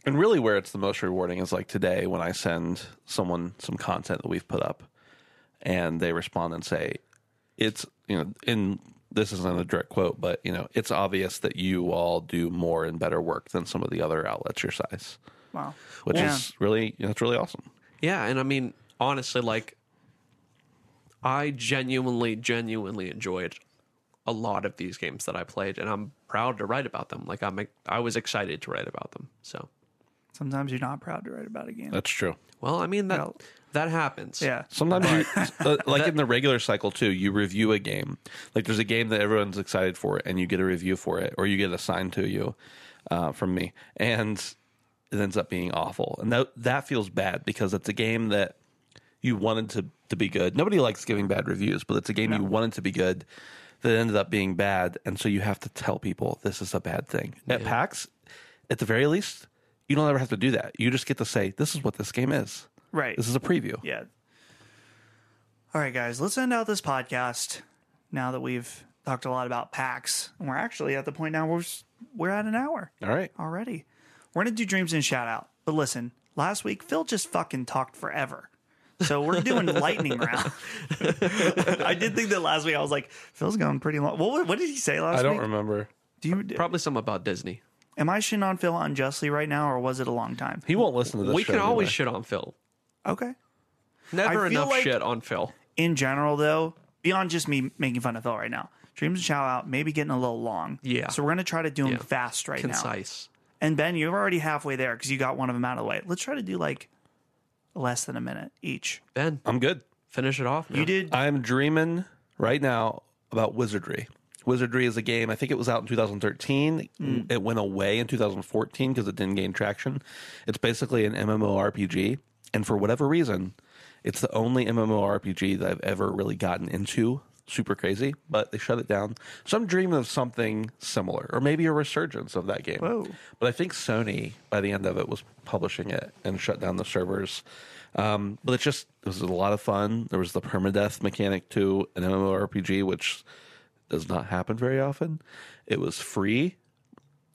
Speaker 3: And really, where it's the most rewarding is like today when I send someone some content that we've put up, and they respond and say, "It's you know, in this isn't a direct quote, but you know, it's obvious that you all do more and better work than some of the other outlets your size,
Speaker 1: wow
Speaker 3: which
Speaker 1: Yeah.
Speaker 3: is really you know, it's really awesome."
Speaker 2: Yeah. And I mean, honestly, like, I genuinely, genuinely enjoyed a lot of these games that I played, and I'm proud to write about them. Like, I'm, I was excited to write about them. So,
Speaker 1: sometimes you're not proud to write about a game
Speaker 3: That's true.
Speaker 2: well, I mean, that,
Speaker 1: Well-
Speaker 2: that happens.
Speaker 1: yeah
Speaker 3: Sometimes, you, uh, like in the regular cycle too, you review a game. Like there's a game that everyone's excited for, and you get a review for it, or you get assigned to you uh, from me, and it ends up being awful, and that that feels bad because it's a game that you wanted to to be good. Nobody likes giving bad reviews, but it's a game you wanted to be good that ended up being bad, and so you have to tell people this is a bad thing. At PAX, at the very least, you don't ever have to do that. You just get to say this is what this game is.
Speaker 1: right
Speaker 3: This is a preview.
Speaker 1: yeah. All right, guys, let's end out this podcast now that we've talked a lot about packs. And we're actually at the point now where we're, s- we're at an hour
Speaker 3: All right.
Speaker 1: already. We're going to do dreams and shout out. But listen, last week, Phil just fucking talked forever. So we're doing lightning round. I did think that last week I was like, Phil's going pretty long. What, what did he say last
Speaker 3: I don't
Speaker 1: week?
Speaker 3: remember.
Speaker 1: Do you,
Speaker 2: Probably something about Disney.
Speaker 1: am I shitting on Phil unjustly right now, or was it a long time?
Speaker 3: He won't listen to this.
Speaker 2: we
Speaker 3: show
Speaker 2: can always
Speaker 3: anyway.
Speaker 2: shit on Phil.
Speaker 1: Okay.
Speaker 2: Never
Speaker 1: I feel
Speaker 2: enough
Speaker 1: like-
Speaker 2: shit on Phil.
Speaker 1: in general, though, beyond just me making fun of Phil right now, dreams and shout out maybe getting a little long.
Speaker 2: Yeah.
Speaker 1: So we're gonna try to do them
Speaker 2: Yeah.
Speaker 1: fast right now.
Speaker 2: Concise.
Speaker 1: And Ben, you're already halfway there because you got one of them out of the way. Let's try to do like less than a minute each.
Speaker 2: Ben,
Speaker 3: I'm good.
Speaker 2: finish it off.
Speaker 1: You did.
Speaker 3: I'm dreaming right now about Wizardry. Wizardry is a game. I think it was out in 2013.
Speaker 2: Mm.
Speaker 3: It went away in 2014 because it didn't gain traction. It's basically an MMORPG, and for whatever reason, it's the only MMORPG that I've ever really gotten into. Super crazy, but they shut it down. So I'm dreaming of something similar, or maybe a resurgence of that game.
Speaker 1: Whoa.
Speaker 3: But I think Sony, by the end of it, was publishing it and shut down the servers. Um, but it just it was a lot of fun. There was the permadeath mechanic too, an MMORPG, which does not happen very often. It was free,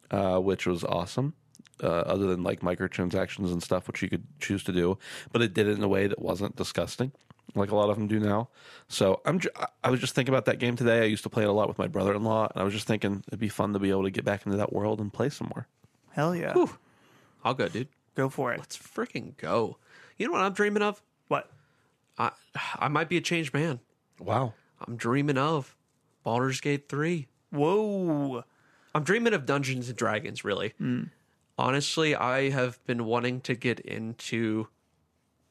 Speaker 3: uh, which was awesome. Uh, other than like microtransactions and stuff, which you could choose to do, but it did it in a way that wasn't disgusting, like a lot of them do now. So I'm, ju- I- I was just thinking about that game today. I used to play it a lot with my brother-in-law, and I was just thinking it'd be fun to be able to get back into that world and play some more.
Speaker 1: Hell yeah.
Speaker 2: I'll go, dude.
Speaker 1: Go for it.
Speaker 2: Let's freaking go. You know what I'm dreaming of?
Speaker 1: What?
Speaker 2: I I might be a changed man.
Speaker 3: Wow.
Speaker 2: I'm dreaming of Baldur's Gate 3.
Speaker 1: Whoa.
Speaker 2: I'm dreaming of Dungeons and Dragons, really.
Speaker 1: Hmm.
Speaker 2: Honestly, I have been wanting to get into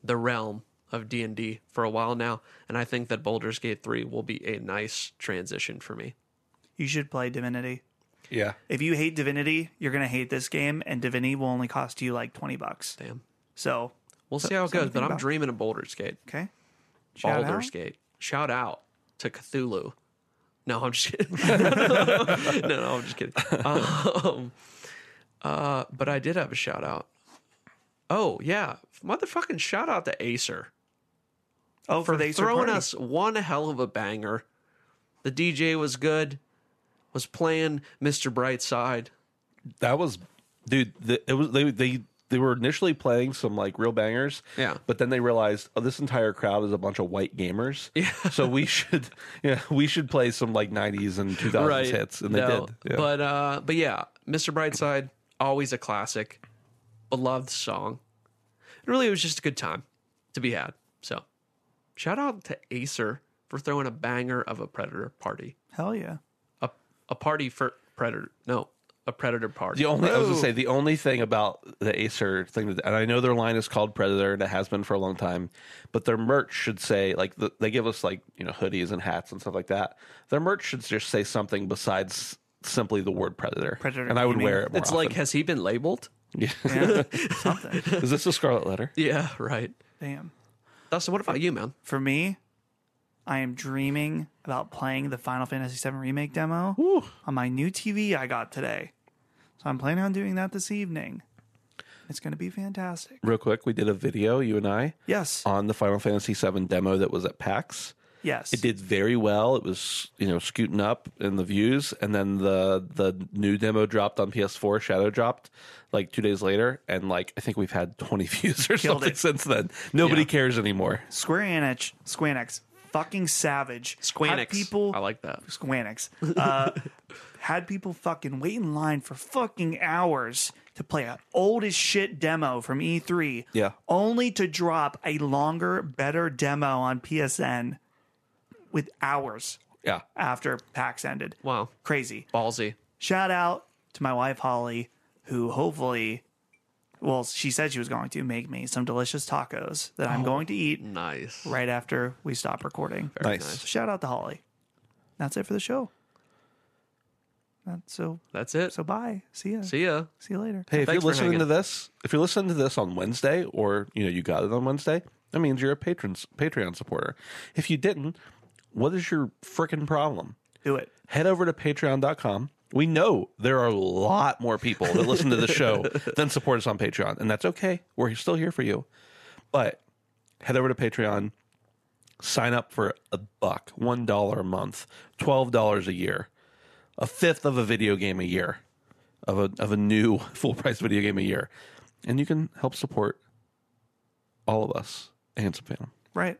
Speaker 2: the realm of D&D for a while now, and I think that Baldur's Gate 3 will be a nice transition for me.
Speaker 1: You should play Divinity.
Speaker 3: Yeah.
Speaker 1: If you hate Divinity, you're gonna hate this game, and Divinity will only cost you like twenty bucks.
Speaker 2: Damn.
Speaker 1: So
Speaker 2: We'll see how it
Speaker 1: something
Speaker 2: goes, but I'm
Speaker 1: about-
Speaker 2: dreaming of Baldur's Gate.
Speaker 1: okay. Shout
Speaker 2: Baldur's
Speaker 1: out.
Speaker 2: Gate. Shout out to Cthulhu. No, I'm just kidding. no, no, I'm just kidding. Um, uh, but I did have a shout out. Oh yeah, motherfucking shout out to Acer
Speaker 1: Oh, for, the
Speaker 2: throwing
Speaker 1: us.
Speaker 2: us one hell of a banger. The DJ was good. Was playing Mr. Brightside.
Speaker 3: That was, dude. The, it was they they they were initially playing some like real bangers.
Speaker 2: Yeah.
Speaker 3: But then they realized oh, this entire crowd is a bunch of white gamers.
Speaker 2: Yeah.
Speaker 3: So we should yeah we should play some like '90s and 2000s hits, and they
Speaker 2: No,
Speaker 3: did. Yeah.
Speaker 2: But uh, but yeah, Mr. Brightside always a classic, beloved song. And really, it was just a good time to be had. So, shout out to Acer for throwing a banger of a predator party.
Speaker 1: Hell yeah.
Speaker 2: A a party for predator. No, a predator party.
Speaker 3: The only I was
Speaker 1: Whoa.
Speaker 3: gonna say the only thing about the Acer thing, and I know their line is called Predator, and it has been for a long time, but their merch should say like the, they give us like you know hoodies and hats and stuff like that. Their merch should just say something besides simply the word Predator.
Speaker 1: Predator,
Speaker 3: and I would
Speaker 1: you
Speaker 3: wear
Speaker 1: mean-
Speaker 3: it. More
Speaker 2: It's like has he been labeled?
Speaker 1: Yeah. Something.
Speaker 3: like, is this a Scarlet Letter?
Speaker 2: Yeah, right.
Speaker 1: Damn.
Speaker 2: Dustin, what about you, man?
Speaker 1: For me, I am dreaming about playing the Final Fantasy VII Remake demo on my new TV I got today. So I'm planning on doing that this evening. It's going to be fantastic.
Speaker 3: Real quick, we did a video you and I
Speaker 1: Yes.
Speaker 3: on the Final Fantasy VII demo that was at PAX.
Speaker 1: Yes.
Speaker 3: It did very well. It was you know scooting up in the views, and then the the new demo dropped on PS4. Shadow dropped like two days later, and like I think we've had twenty views or something
Speaker 1: it.
Speaker 3: since then. Nobody
Speaker 2: Yeah.
Speaker 3: cares anymore.
Speaker 1: Square Enix, Squanix, fucking savage. Had
Speaker 2: Squanix.
Speaker 1: people
Speaker 2: I like that.
Speaker 1: Squanix. Uh, had people fucking wait in line for fucking hours to play an old as shit demo from E3.
Speaker 3: Yeah.
Speaker 1: Only to drop a longer, better demo on PSN with hours
Speaker 3: Yeah,
Speaker 1: after PAX ended.
Speaker 2: Wow.
Speaker 1: Crazy.
Speaker 2: Ballsy.
Speaker 1: Shout out to my wife Holly, who hopefully well, she said she was going to make me some delicious tacos that I'm going to eat
Speaker 2: Nice.
Speaker 1: right after we stop recording.
Speaker 2: Very
Speaker 3: Oh. nice.
Speaker 1: So shout out to Holly. That's it for the show. That's- So
Speaker 2: That's it.
Speaker 1: so bye. See ya. See,
Speaker 2: See ya.
Speaker 1: you later.
Speaker 3: Hey, if
Speaker 2: Thanks for
Speaker 3: you're listening to
Speaker 2: hanging.
Speaker 3: this, if you're listening to this on Wednesday, or you know you got it on Wednesday, that means you're a patron Patreon supporter. If you didn't, what is your freaking problem?
Speaker 1: Do it.
Speaker 3: head over to patreon.com. We know there are a lot more people that listen to the show than support us on Patreon, and that's okay. We're still here for you. But head over to Patreon, sign up for a buck, $1 a month, $12 a year, a fifth of a video game a year, of a, of a new full price video game a year. And you can help support all of us and some Phantom.
Speaker 1: Right.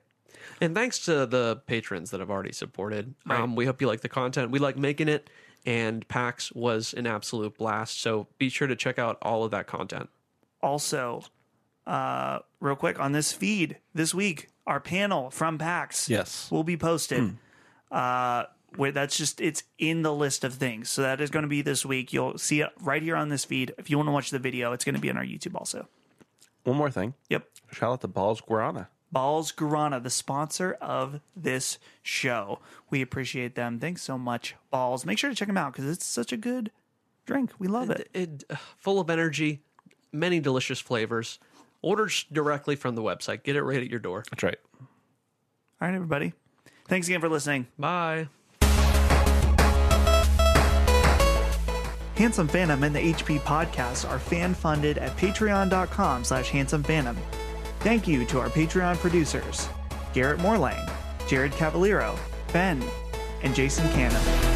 Speaker 2: And thanks to the patrons that have already supported. Um, we hope you like the content. We like making it, and PAX was an absolute blast. So be sure to check out all of that content.
Speaker 1: Also, uh, real quick on this feed this week, our panel from PAX
Speaker 3: Yes.
Speaker 1: will be posted. Uh, where that's just it's in the list of things. So that is going to be this week. You'll see it right here on this feed. If you want to watch the video, it's going to be on our YouTube also.
Speaker 3: One more thing.
Speaker 1: Yep.
Speaker 3: Shout out to Balls Guarana.
Speaker 1: Balls Guarana, the sponsor of this show. We appreciate them. Thanks so much, Balls. Make sure to check them out because it's such a good drink. We love it.
Speaker 2: It, uh, full of energy, many delicious flavors. Order s- directly from the website. Get it right at your door.
Speaker 3: That's right.
Speaker 1: All right, everybody. Thanks again for listening.
Speaker 2: Bye.
Speaker 1: Handsome Phantom and the HP podcast are fan funded at patreon.com slash handsome phantom. Thank you to our Patreon producers, Garrett Morlang, Jared Cavallero, Ben, and Jason Cannon.